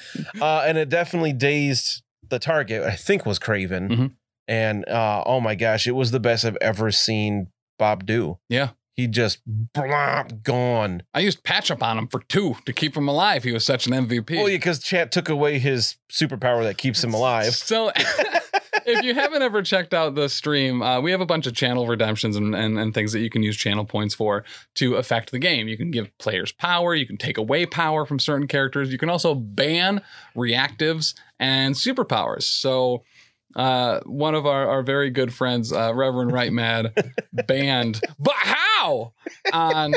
[SPEAKER 2] Uh, and it definitely dazed the target, I think was Craven.
[SPEAKER 1] Mhm.
[SPEAKER 2] And uh, oh my gosh, it was the best I've ever seen Bob do.
[SPEAKER 1] Yeah.
[SPEAKER 2] He just blop gone.
[SPEAKER 1] I used patch up on him for two to keep him alive. He was such an MVP.
[SPEAKER 2] Well, yeah, because Chat took away his superpower that keeps him alive.
[SPEAKER 1] So if you haven't ever checked out the stream, uh, we have a bunch of channel redemptions and, and, and things that you can use channel points for to affect the game. You can give players power, you can take away power from certain characters, you can also ban reactives and superpowers. So uh, one of our, our very good friends, uh, Reverend Right Mad, banned, but how? On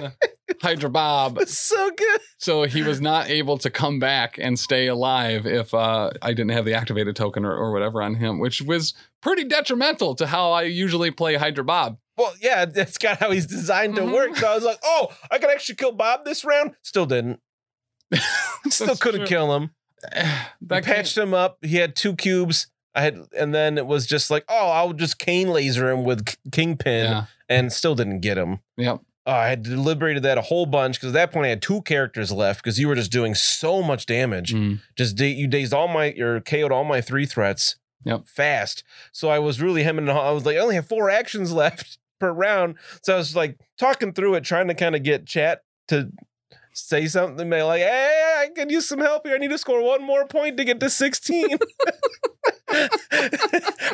[SPEAKER 1] Hydra Bob
[SPEAKER 2] It's so good.
[SPEAKER 1] so he was not able to come back and stay alive if uh, I didn't have the activated token or, or whatever on him, which was pretty detrimental to how I usually play Hydra Bob.
[SPEAKER 2] Well, yeah, that's got how he's designed to
[SPEAKER 1] Mhm.
[SPEAKER 2] work. So I was like, oh, I could actually kill Bob this round. Still didn't. Still
[SPEAKER 1] That's
[SPEAKER 2] couldn't
[SPEAKER 1] true.
[SPEAKER 2] kill him.
[SPEAKER 1] that
[SPEAKER 2] I patched him up. He had two cubes. I had, and then it was just like, oh, I'll just cane laser him with K- Kingpin,
[SPEAKER 1] Yeah.
[SPEAKER 2] and still didn't get him.
[SPEAKER 1] Yep.
[SPEAKER 2] Uh, I had deliberated that a whole bunch because at that point I had two characters left because you were just doing so much damage.
[SPEAKER 1] Mm.
[SPEAKER 2] Just da- you dazed all my or KO'd all my three threats.
[SPEAKER 1] Yep.
[SPEAKER 2] Fast. So I was really hemming and haw- I was like, I only have four actions left per round. So I was like talking through it, trying to kind of get chat to say something. They're like, hey, I could use some help here. I need to score one more point to get to 16.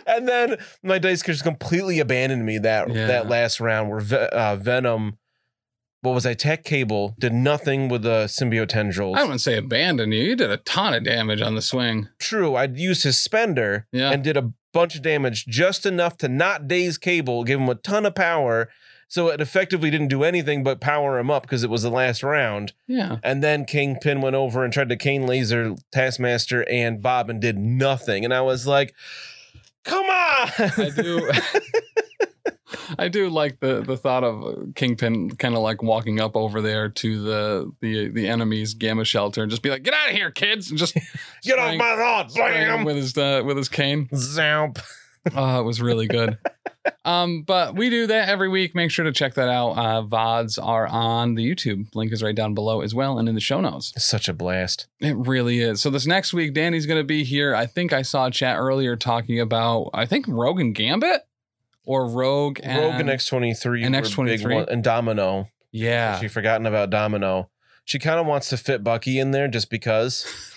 [SPEAKER 2] and then my dice just completely abandoned me that
[SPEAKER 1] Yeah.
[SPEAKER 2] that last round where Ve- uh, Venom, what was I, Tech Cable, did nothing with the symbiote tendrils.
[SPEAKER 1] I wouldn't say abandon you. You did a ton of damage on the swing.
[SPEAKER 2] True, I used his spender
[SPEAKER 1] Yeah.
[SPEAKER 2] and did a bunch of damage, just enough to not daze Cable, give him a ton of power. So it effectively didn't do anything but power him up because it was the last round.
[SPEAKER 1] yeah.
[SPEAKER 2] And then Kingpin went over and tried to cane laser Taskmaster and Bob and did nothing. And I was like, come on.
[SPEAKER 1] I do. I do like the the thought of Kingpin kind of like walking up over there to the the the enemy's gamma shelter and just be like, "Get out of here, kids!" and just
[SPEAKER 2] Get off
[SPEAKER 1] swing-
[SPEAKER 2] my lawn.
[SPEAKER 1] swing
[SPEAKER 2] Bam.
[SPEAKER 1] with his uh, with his cane.
[SPEAKER 2] Zomp.
[SPEAKER 1] Oh, it was really good. um, but we do that every week. Make sure to check that out. Uh, VODs are on the YouTube. Link is right down below as well and in the show notes.
[SPEAKER 2] It's such a blast.
[SPEAKER 1] It really is. So this next week, Danny's going to be here. I think I saw a chat earlier talking about, I think Rogue and Gambit or Rogue and...
[SPEAKER 2] Rogue and X23
[SPEAKER 1] and
[SPEAKER 2] were
[SPEAKER 1] X23.
[SPEAKER 2] big one- and Domino.
[SPEAKER 1] Yeah.
[SPEAKER 2] She forgotten about Domino. She kind of wants to fit Bucky in there just because.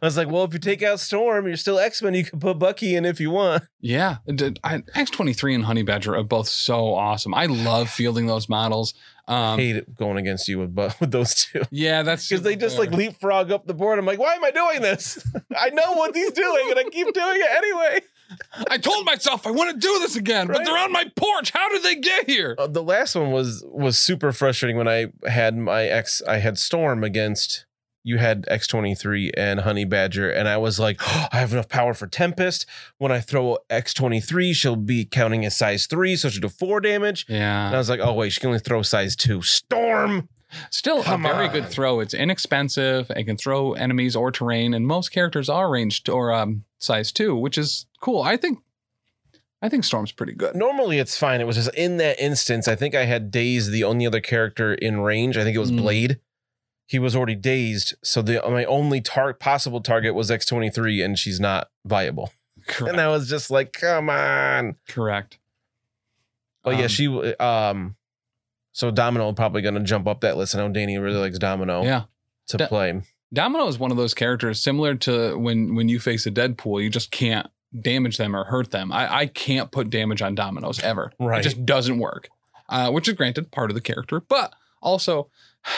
[SPEAKER 2] I was like, well, if you take out Storm, you're still X Men. You can put Bucky in if you want.
[SPEAKER 1] Yeah, Did- I- X23 and Honey Badger are both so awesome. I love fielding those models.
[SPEAKER 2] I
[SPEAKER 1] Um,
[SPEAKER 2] hate it going against you with bu- with those two
[SPEAKER 1] yeah, that's
[SPEAKER 2] because they just like
[SPEAKER 1] super
[SPEAKER 2] leapfrog up the board. I'm like, why am I doing this? I know what he's doing, and I keep doing it anyway.
[SPEAKER 1] fair. I told myself I want to do this again, but
[SPEAKER 2] Right?
[SPEAKER 1] they're on my porch. How did they get here?
[SPEAKER 2] Uh, the last one was was super frustrating when I had my ex. I had Storm against you had X23 and Honey Badger, and I was like, "Oh, I have enough power for Tempest. When I throw X23, she'll be counting as size three, so she'll do four damage. And I
[SPEAKER 1] Yeah.
[SPEAKER 2] was like, oh, wait, she can only throw size two. Storm!
[SPEAKER 1] Still a
[SPEAKER 2] Come
[SPEAKER 1] very
[SPEAKER 2] on.
[SPEAKER 1] good throw. It's inexpensive and can throw enemies or terrain, and most characters are ranged or um, size two, which is cool. I think I think Storm's pretty good.
[SPEAKER 2] Normally it's fine. It was just in that instance, I think I had dazed the only other character in range. I think it was
[SPEAKER 1] Mm.
[SPEAKER 2] Blade. He was already dazed, so the my only tar- possible target was X23, and she's not viable.
[SPEAKER 1] Correct.
[SPEAKER 2] And I was just like, come on.
[SPEAKER 1] Correct.
[SPEAKER 2] But yeah,
[SPEAKER 1] Um,
[SPEAKER 2] she w- um so Domino probably gonna jump up that list. I know Danny really likes Domino
[SPEAKER 1] Yeah.
[SPEAKER 2] to
[SPEAKER 1] Da-
[SPEAKER 2] play.
[SPEAKER 1] Domino is one of those characters similar to when when you face a Deadpool, you just can't damage them or hurt them. I, I can't put damage on dominoes ever. It
[SPEAKER 2] Right.
[SPEAKER 1] just doesn't work. Uh, which is granted part of the character, but also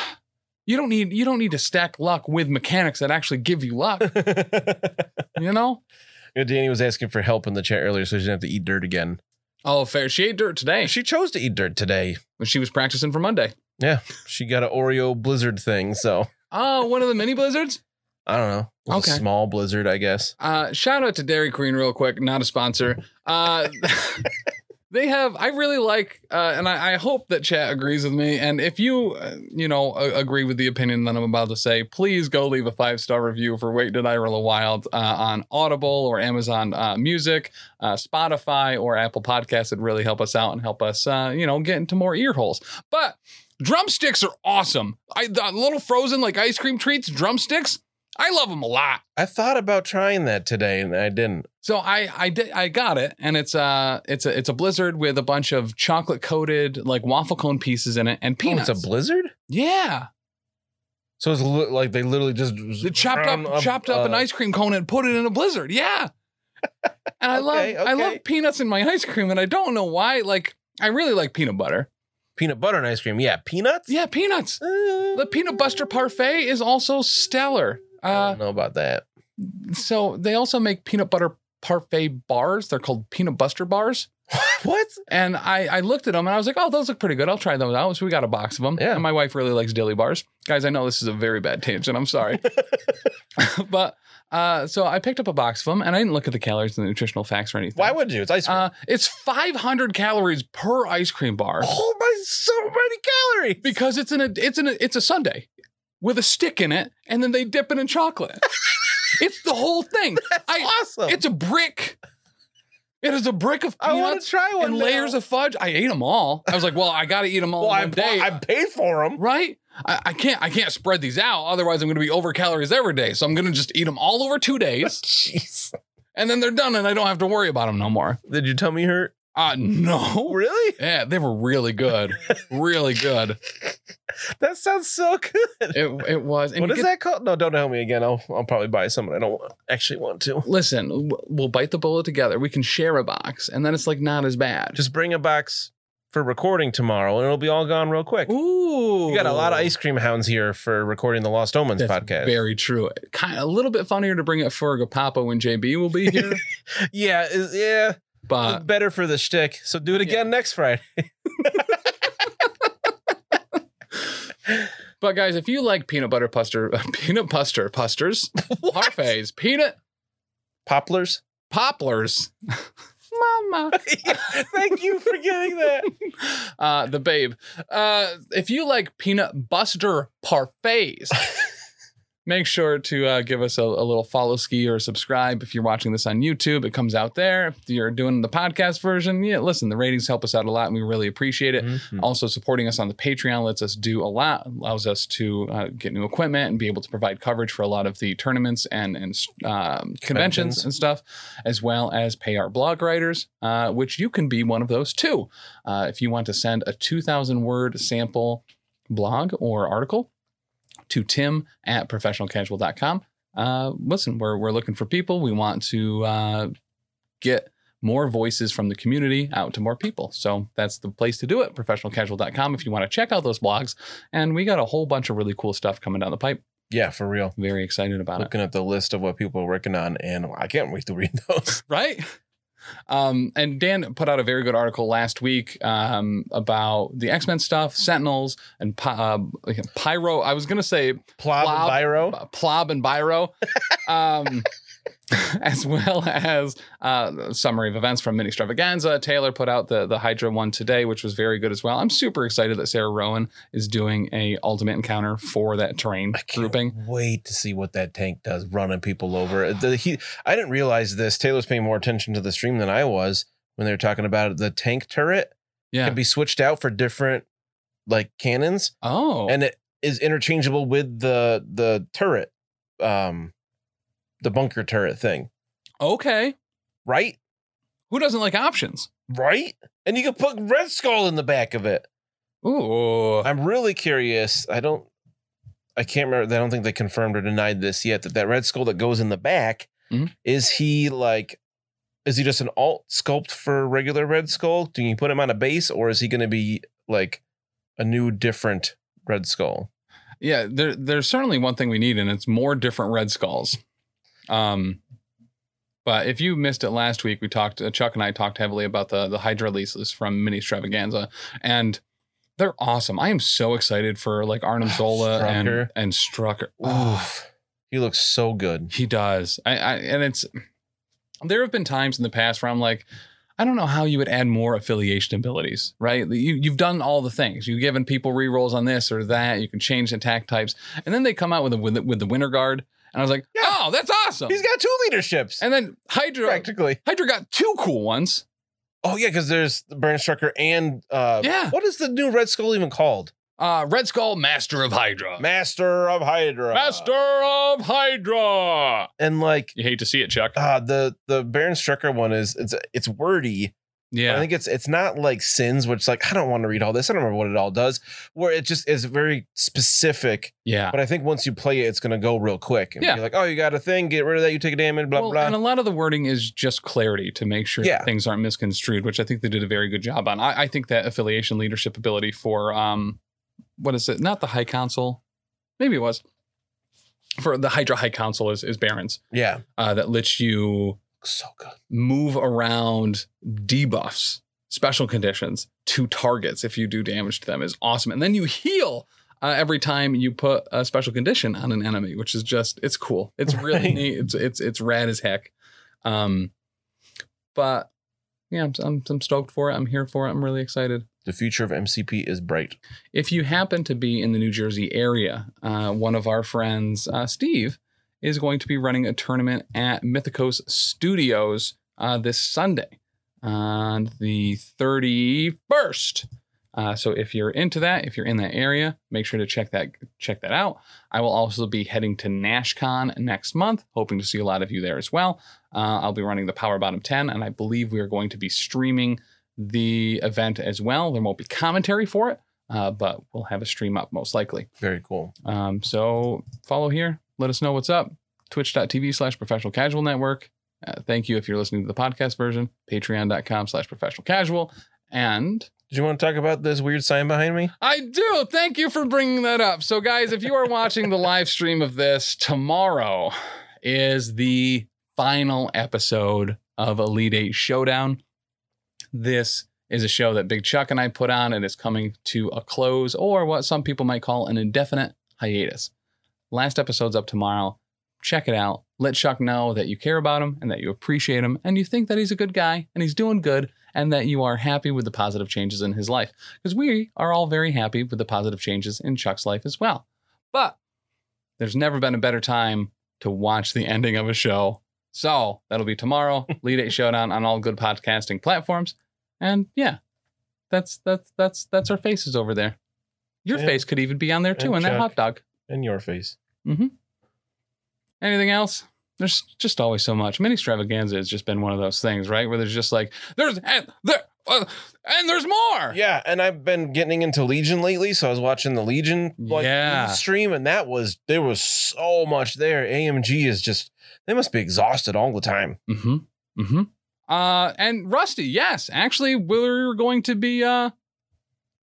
[SPEAKER 1] you don't need you don't need to stack luck with mechanics that actually give you luck. you know?
[SPEAKER 2] You know, Danny was asking for help in the chat earlier, so she didn't have to eat dirt again.
[SPEAKER 1] Oh, fair. She ate dirt today.
[SPEAKER 2] She chose to eat dirt today.
[SPEAKER 1] when She was practicing for Monday.
[SPEAKER 2] She got an Oreo blizzard thing, so
[SPEAKER 1] Oh, one of the mini blizzards.
[SPEAKER 2] I don't know. It was a
[SPEAKER 1] Okay.
[SPEAKER 2] small blizzard, I guess.
[SPEAKER 1] Uh, shout out to Dairy Queen real quick, not a sponsor. Uh, they have, I really like, uh, and I, I hope that chat agrees with me. And if you, uh, you know, a- agree with the opinion that I'm about to say, please go leave a five star review for Wait Did I Roll a Wild uh, on Audible or Amazon uh, Music, uh, Spotify, or Apple Podcasts. It'd really help us out and help us, uh, you know, get into more ear holes. But drumsticks are awesome. I the little frozen like ice cream treats, drumsticks. I love them a lot.
[SPEAKER 2] I thought about trying that today and I didn't.
[SPEAKER 1] So I I did I got it, and it's a it's a it's a blizzard with a bunch of chocolate coated like waffle cone pieces in it and
[SPEAKER 2] Oh,
[SPEAKER 1] peanuts.
[SPEAKER 2] it's a blizzard?
[SPEAKER 1] yeah,
[SPEAKER 2] So it's li- like they literally just
[SPEAKER 1] they chopped
[SPEAKER 2] ground
[SPEAKER 1] up, chopped up an
[SPEAKER 2] uh,
[SPEAKER 1] ice cream cone and put it in a blizzard. Yeah, and I love
[SPEAKER 2] Okay,
[SPEAKER 1] I love
[SPEAKER 2] okay.
[SPEAKER 1] peanuts in my ice cream, and I don't know why. Like I really like peanut butter.
[SPEAKER 2] peanut butter and ice cream. Yeah, peanuts?
[SPEAKER 1] Yeah, peanuts.
[SPEAKER 2] Uh,
[SPEAKER 1] The peanut butter parfait is also stellar.
[SPEAKER 2] I
[SPEAKER 1] Uh,
[SPEAKER 2] don't know about that.
[SPEAKER 1] so they also make peanut butter parfait bars. They're called peanut buster bars.
[SPEAKER 2] what?
[SPEAKER 1] And I, I looked at them and I was like, oh, those look pretty good. I'll try those out. So we got a box of them.
[SPEAKER 2] Yeah.
[SPEAKER 1] And my wife really likes dilly bars. Guys, I know this is a very bad tangent. I'm sorry. but uh, so I picked up a box of them and I didn't look at the calories and the nutritional facts or anything.
[SPEAKER 2] Why would you? It's ice cream.
[SPEAKER 1] uh, It's 500 calories per ice cream bar
[SPEAKER 2] oh my, so many calories.
[SPEAKER 1] because it's in a it's in a, it's a sundae with a stick in it and then they dip it in chocolate. it's the whole thing. I,
[SPEAKER 2] awesome.
[SPEAKER 1] it's a brick. It is a brick of
[SPEAKER 2] I want
[SPEAKER 1] peanuts
[SPEAKER 2] to try one.
[SPEAKER 1] and layers
[SPEAKER 2] now.
[SPEAKER 1] of fudge. I ate them all. I was like, well, I got to eat them all
[SPEAKER 2] Well,
[SPEAKER 1] in
[SPEAKER 2] I,
[SPEAKER 1] one
[SPEAKER 2] bought-
[SPEAKER 1] day,
[SPEAKER 2] I paid for them.
[SPEAKER 1] right? I, I can't. I can't spread these out. Otherwise, I'm going to be over calories every day. So I'm going to just eat them all over two days,
[SPEAKER 2] Jeez.
[SPEAKER 1] and then they're done, and I don't have to worry about them no more.
[SPEAKER 2] Did your tummy hurt?
[SPEAKER 1] Uh no.
[SPEAKER 2] Really?
[SPEAKER 1] Yeah, they were really good, really good.
[SPEAKER 2] That sounds so good.
[SPEAKER 1] It it was. And
[SPEAKER 2] what
[SPEAKER 1] you
[SPEAKER 2] is
[SPEAKER 1] get-
[SPEAKER 2] that called? No, don't tell me again. I'll, I'll probably buy something I don't actually want to.
[SPEAKER 1] Listen, w- we'll bite the bullet together. We can share a box, and then it's like not as bad.
[SPEAKER 2] Just bring a box for recording tomorrow and it'll be all gone real quick.
[SPEAKER 1] ooh,
[SPEAKER 2] We got a lot of ice cream hounds here for recording the Lost Omens
[SPEAKER 1] That's
[SPEAKER 2] podcast.
[SPEAKER 1] Very true. Kind a little bit funnier to bring it for Gopapa when JB will be here,
[SPEAKER 2] yeah, is- yeah.
[SPEAKER 1] but
[SPEAKER 2] better for the shtick. So do it again next Friday.
[SPEAKER 1] But guys, if you like peanut butter puster, peanut puster, pusters, parfaits, peanut
[SPEAKER 2] Poplars.
[SPEAKER 1] poplars, mama,
[SPEAKER 2] Thank you for getting that.
[SPEAKER 1] uh, the babe. Uh, if you like peanut buster parfaits, make sure to uh, give us a, a little follow ski or subscribe. If you're watching this on YouTube, it comes out there. If you're doing the podcast version, yeah, listen, the ratings help us out a lot, and we really appreciate it. Also, supporting us on the Patreon lets us do a lot, allows us to uh, get new equipment and be able to provide coverage for a lot of the tournaments and, and um, conventions
[SPEAKER 2] Conventions.
[SPEAKER 1] and stuff, as well as pay our blog writers, uh, which you can be one of those too. Uh, if you want to send a 2,000 word sample blog or article to tim at professionalcasual.com. Uh, listen, we're, we're looking for people. We want to uh, get more voices from the community out to more people. So that's the place to do it, professionalcasual.com, if you want to check out those blogs. And we got a whole bunch of really cool stuff coming down the pipe.
[SPEAKER 2] Yeah, for real.
[SPEAKER 1] Very excited about it.
[SPEAKER 2] Looking at the list of what people are working on, and I can't wait to read those.
[SPEAKER 1] Right? Um, and Dan put out a very good article last week um, about the X Men stuff, Sentinels, and Py- uh, Pyro. I was going to say
[SPEAKER 2] Plob,
[SPEAKER 1] Plob.
[SPEAKER 2] Biro.
[SPEAKER 1] Plob and Byro, um, as well as uh, summary of events from Mini Stravaganza. Taylor put out the the Hydra one today, which was very good as well. I'm super excited that Sarah Rowan is doing a Ultimate Encounter for that terrain
[SPEAKER 2] I can't
[SPEAKER 1] grouping.
[SPEAKER 2] wait to see what that tank does running people over. The- he, I didn't realize this. Taylor's paying more attention to the stream than I was when they were talking about it. the tank turret
[SPEAKER 1] Yeah.
[SPEAKER 2] can be switched out for different like cannons,
[SPEAKER 1] oh.
[SPEAKER 2] and it is interchangeable with the the turret, um, the bunker turret thing.
[SPEAKER 1] okay.
[SPEAKER 2] Right,
[SPEAKER 1] Who doesn't like options?
[SPEAKER 2] right, and you can put Red Skull in the back of it.
[SPEAKER 1] Ooh.
[SPEAKER 2] I'm really curious. I don't. I can't remember. I don't think they confirmed or denied this yet. That that red skull that goes in the back
[SPEAKER 1] Mhm.
[SPEAKER 2] is he like? Is he just an alt sculpt for regular red skull? Do you put him on a base, or is he going to be like a new, different red skull?
[SPEAKER 1] Yeah. There, there's certainly one thing we need, and it's more different Red Skulls. Um, but if you missed it last week, we talked. Uh, Chuck and I talked heavily about the the Hydra leases from Mini Stravaganza, and they're awesome. I am so excited for like Arnim Zola and
[SPEAKER 2] Ah, Strucker.
[SPEAKER 1] and Strucker. Oh,
[SPEAKER 2] Oof, he looks so good.
[SPEAKER 1] he does. I, I and it's there have been times in the past where I'm like. I don't know how you would add more affiliation abilities, right? You, you've done all the things. You've given people rerolls on this or that. You can change attack types. And then they come out with, a, with, the- with the Winter Guard. And I was like,
[SPEAKER 2] Yeah.
[SPEAKER 1] oh, that's awesome.
[SPEAKER 2] He's got two leaderships
[SPEAKER 1] And then Hydra
[SPEAKER 2] practically.
[SPEAKER 1] Hydra got two cool ones.
[SPEAKER 2] Oh yeah, because there's the Baron Strucker and uh,
[SPEAKER 1] Yeah.
[SPEAKER 2] What is the new red skull even called?
[SPEAKER 1] Uh, Red Skull, Master of Hydra.
[SPEAKER 2] Master of Hydra.
[SPEAKER 1] Master of Hydra.
[SPEAKER 2] and like
[SPEAKER 1] You hate to see it, Chuck.
[SPEAKER 2] uh the the Baron Strucker one is it's it's wordy. I
[SPEAKER 1] yeah.
[SPEAKER 2] think it's it's not like sins, which like I don't want to read all this. I don't remember what it all does. Where it just is very specific.
[SPEAKER 1] yeah.
[SPEAKER 2] But I think once you play it, it's gonna go real quick. And
[SPEAKER 1] Yeah.
[SPEAKER 2] be like, oh, you got a thing, get rid of that, you take a damage, blah
[SPEAKER 1] Well,
[SPEAKER 2] blah.
[SPEAKER 1] and a lot of the wording is just clarity to make sure
[SPEAKER 2] Yeah.
[SPEAKER 1] that things aren't misconstrued, which I think they did a very good job on. I, I think that affiliation leadership ability for um, what is it? Not the High Council, maybe it was for the Hydra High Council is is Barons
[SPEAKER 2] yeah.
[SPEAKER 1] uh, that lets you
[SPEAKER 2] So good.
[SPEAKER 1] move around debuffs, special conditions to targets if you do damage to them is awesome, and then you heal. Uh, every time you put a special condition on an enemy, which is just it's cool. It's really
[SPEAKER 2] Right.
[SPEAKER 1] neat. It's it's it's rad as heck. Um, but yeah, I'm, I'm I'm stoked for it. I'm here for it. I'm really excited.
[SPEAKER 2] The future of MCP is bright.
[SPEAKER 1] If you happen to be in the New Jersey area, uh, one of our friends, uh, Steve, is going to be running a tournament at Mythicos Studios uh, this Sunday on the 31st. Uh, so if you're into that, if you're in that area, make sure to check that check that out. I will also be heading to NashCon next month, hoping to see a lot of you there as well. Uh, I'll be running the Power Bottom 10, and I believe we are going to be streaming the event as well. There won't be commentary for it, uh, but we'll have a stream up most likely.
[SPEAKER 2] Very cool.
[SPEAKER 1] Um, so follow here. Let us know what's up. Twitch.tv slash professional casual network. Uh, thank you if you're listening to the podcast version. Patreon.com slash professional casual. And
[SPEAKER 2] Did you want to talk about this weird sign behind me?
[SPEAKER 1] I do. Thank you for bringing that up. So, guys, if you are watching the live stream of this, tomorrow is the final episode of Elite Eight Showdown. This is a show that Big Chuck and I put on and is coming to a close, or what some people might call an indefinite hiatus. Last episode's up tomorrow. Check it out. Let Chuck know that you care about him and that you appreciate him and you think that he's a good guy and he's doing good and that you are happy with the positive changes in his life because we are all very happy with the positive changes in Chuck's life as well. But there's never been a better time to watch the ending of a show. So that'll be tomorrow, Lead Eight Showdown on all good podcasting platforms. And yeah, that's that's that's that's our faces over there. Your
[SPEAKER 2] Yeah.
[SPEAKER 1] face could even be on there too,
[SPEAKER 2] And
[SPEAKER 1] and that
[SPEAKER 2] Chuck.
[SPEAKER 1] hot dog.
[SPEAKER 2] In your face.
[SPEAKER 1] Anything else? There's just always so much. Mini extravaganza has just been one of those things, right? Where there's just like there's and there uh, and there's more.
[SPEAKER 2] Yeah, and I've been getting into Legion lately, so I was watching the Legion like
[SPEAKER 1] Yeah.
[SPEAKER 2] stream, and that was there was so much there. AMG is just they must be exhausted all the time.
[SPEAKER 1] Mm-hmm. Mm-hmm. Uh, and Rusty, yes, actually, we're going to be uh,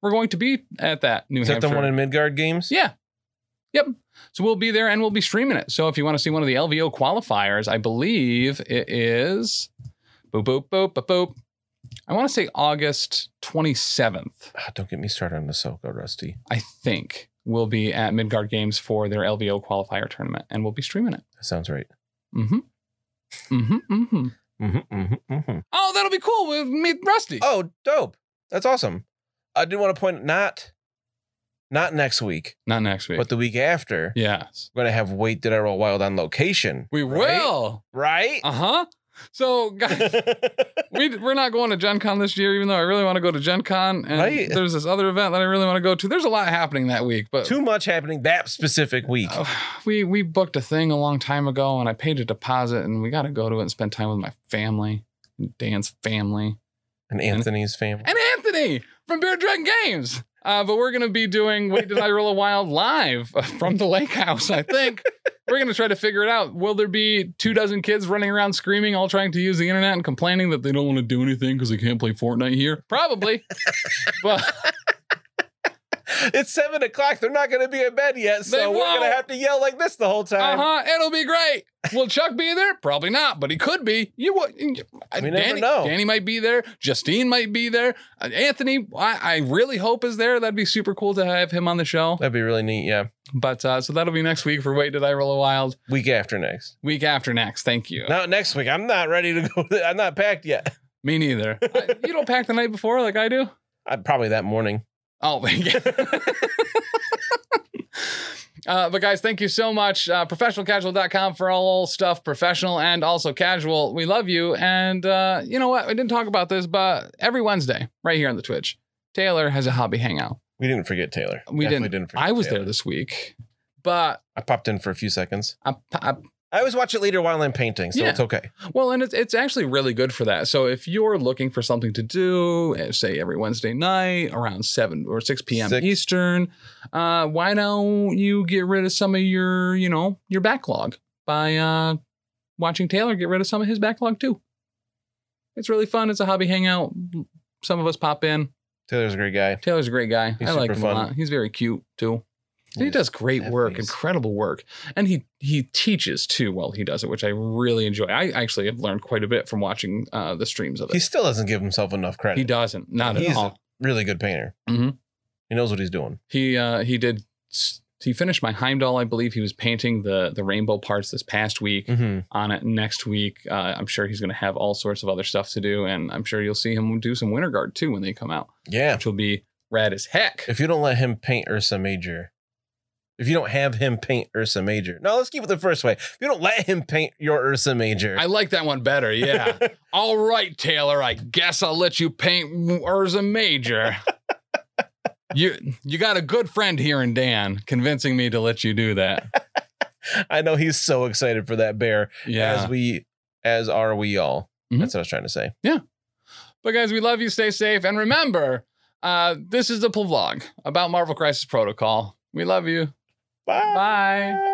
[SPEAKER 1] we're going to be at that New
[SPEAKER 2] Is that
[SPEAKER 1] Hampshire.
[SPEAKER 2] the one in Midgard games?
[SPEAKER 1] yeah. Yep. So we'll be there and we'll be streaming it. So if you want to see one of the LVO qualifiers, I believe it is Boop, boop, boop, boop, boop. I want to say August 27th,
[SPEAKER 2] Ah, don't get me started on Ahsoka, Rusty.
[SPEAKER 1] I think, will be at Midgard Games for their LVO qualifier tournament, and we'll be streaming it.
[SPEAKER 2] That sounds right.
[SPEAKER 1] Mm-hmm. Mm-hmm. Mm-hmm.
[SPEAKER 2] hmm hmm hmm
[SPEAKER 1] Oh, that'll be cool. We'll meet Rusty.
[SPEAKER 2] Oh, dope. That's awesome. I did want to point not not next week,
[SPEAKER 1] Not next week.
[SPEAKER 2] but the week after.
[SPEAKER 1] yes.
[SPEAKER 2] We're gonna have Wait Did I Roll Wild on location.
[SPEAKER 1] We
[SPEAKER 2] right?
[SPEAKER 1] will.
[SPEAKER 2] Right?
[SPEAKER 1] Uh huh. So, guys, we, we're not going to Gen Con this year, even though I really want to go to Gen Con. And
[SPEAKER 2] Right.
[SPEAKER 1] there's this other event that I really want to go to. There's a lot happening that week, but
[SPEAKER 2] Too much happening that specific week.
[SPEAKER 1] uh, we, we booked a thing a long time ago and I paid a deposit and we got to go to it and spend time with my family, Dan's family,
[SPEAKER 2] and Anthony's family.
[SPEAKER 1] and Anthony from Beer Dragon Games. Uh, but we're going to be doing Wait Did I Roll a Wild live from the lake house, I think. we're going to try to figure it out. Will there be two dozen kids running around screaming, all trying to use the internet and complaining that they don't want to do anything because they can't play Fortnite here? Probably. but
[SPEAKER 2] It's seven o'clock. They're not gonna be in bed yet, so
[SPEAKER 1] They
[SPEAKER 2] we're gonna
[SPEAKER 1] won't.
[SPEAKER 2] have to yell like this the whole time.
[SPEAKER 1] uh huh, it'll be great. Will Chuck be there? Probably not, but he could be. You would.
[SPEAKER 2] We never
[SPEAKER 1] Danny,
[SPEAKER 2] know.
[SPEAKER 1] Danny might be there. Justine might be there. Uh, Anthony, I, I really hope is there. That'd be super cool to have him on the show.
[SPEAKER 2] That'd be really neat, yeah.
[SPEAKER 1] But uh, so that'll be next week for Wait Did I Roll a Wild?
[SPEAKER 2] Week after next.
[SPEAKER 1] Week after next. Thank you.
[SPEAKER 2] Now next week. I'm not ready to go. I'm not packed yet.
[SPEAKER 1] Me neither. I- you don't pack the night before like I do.
[SPEAKER 2] I, probably that morning.
[SPEAKER 1] Oh, yeah. Uh, but guys, thank you so much. Uh, professionalcasual.com for all stuff professional and also casual. We love you. And uh, you know what? We didn't talk about this, but every Wednesday, right here on the Twitch, Taylor has a hobby hangout.
[SPEAKER 2] We didn't forget Taylor.
[SPEAKER 1] We
[SPEAKER 2] Definitely forget
[SPEAKER 1] I was
[SPEAKER 2] Taylor.
[SPEAKER 1] there this week, but
[SPEAKER 2] I popped in for a few seconds.
[SPEAKER 1] I, I
[SPEAKER 2] I always watch it later while I'm painting, so
[SPEAKER 1] Yeah.
[SPEAKER 2] it's okay.
[SPEAKER 1] Well, and it's it's actually really good for that. So if you're looking for something to do, eh, say every Wednesday night around seven or six p.m.
[SPEAKER 2] Six.
[SPEAKER 1] Eastern, uh, why don't you get rid of some of your you know your backlog by uh, watching Taylor get rid of some of his backlog too? It's really fun. It's a hobby hangout. Some of us pop in.
[SPEAKER 2] Taylor's a great guy.
[SPEAKER 1] Taylor's a great guy.
[SPEAKER 2] He's
[SPEAKER 1] I like
[SPEAKER 2] super
[SPEAKER 1] him
[SPEAKER 2] fun.
[SPEAKER 1] a lot. He's very cute too. And he
[SPEAKER 2] Yes,
[SPEAKER 1] does great work,
[SPEAKER 2] definitely.
[SPEAKER 1] incredible work, and he he teaches too while he does it, which I really enjoy. I actually have learned quite a bit from watching uh, the streams of
[SPEAKER 2] He
[SPEAKER 1] it.
[SPEAKER 2] still doesn't give himself enough credit.
[SPEAKER 1] He doesn't, not at
[SPEAKER 2] He's-
[SPEAKER 1] all.
[SPEAKER 2] Really good painter.
[SPEAKER 1] Mhm.
[SPEAKER 2] He knows what he's doing.
[SPEAKER 1] He uh, he did. He finished my Heimdall, I believe. He was painting the the rainbow parts this past week.
[SPEAKER 2] Mm-hmm.
[SPEAKER 1] On it next week, uh, I'm sure he's going to have all sorts of other stuff to do, and I'm sure you'll see him do some Winter Guard too when they come out,
[SPEAKER 2] Yeah.
[SPEAKER 1] which will be rad as heck.
[SPEAKER 2] If you don't let him paint Ursa Major, if you don't have him paint Ursa Major, no, let's keep it the first way. If you don't let him paint your Ursa Major,
[SPEAKER 1] I like that one better. Yeah. All right, Taylor. I guess I'll let you paint Urza Major. you you got a good friend here in Dan, convincing me to let you do that.
[SPEAKER 2] I know he's so excited for that bear.
[SPEAKER 1] Yeah.
[SPEAKER 2] As we, as are we all.
[SPEAKER 1] Mhm.
[SPEAKER 2] That's what I was trying to say.
[SPEAKER 1] but guys, we love you. Stay safe, and remember, uh, this is the vlog about Marvel Crisis Protocol. We love you. Bye.
[SPEAKER 2] Bye.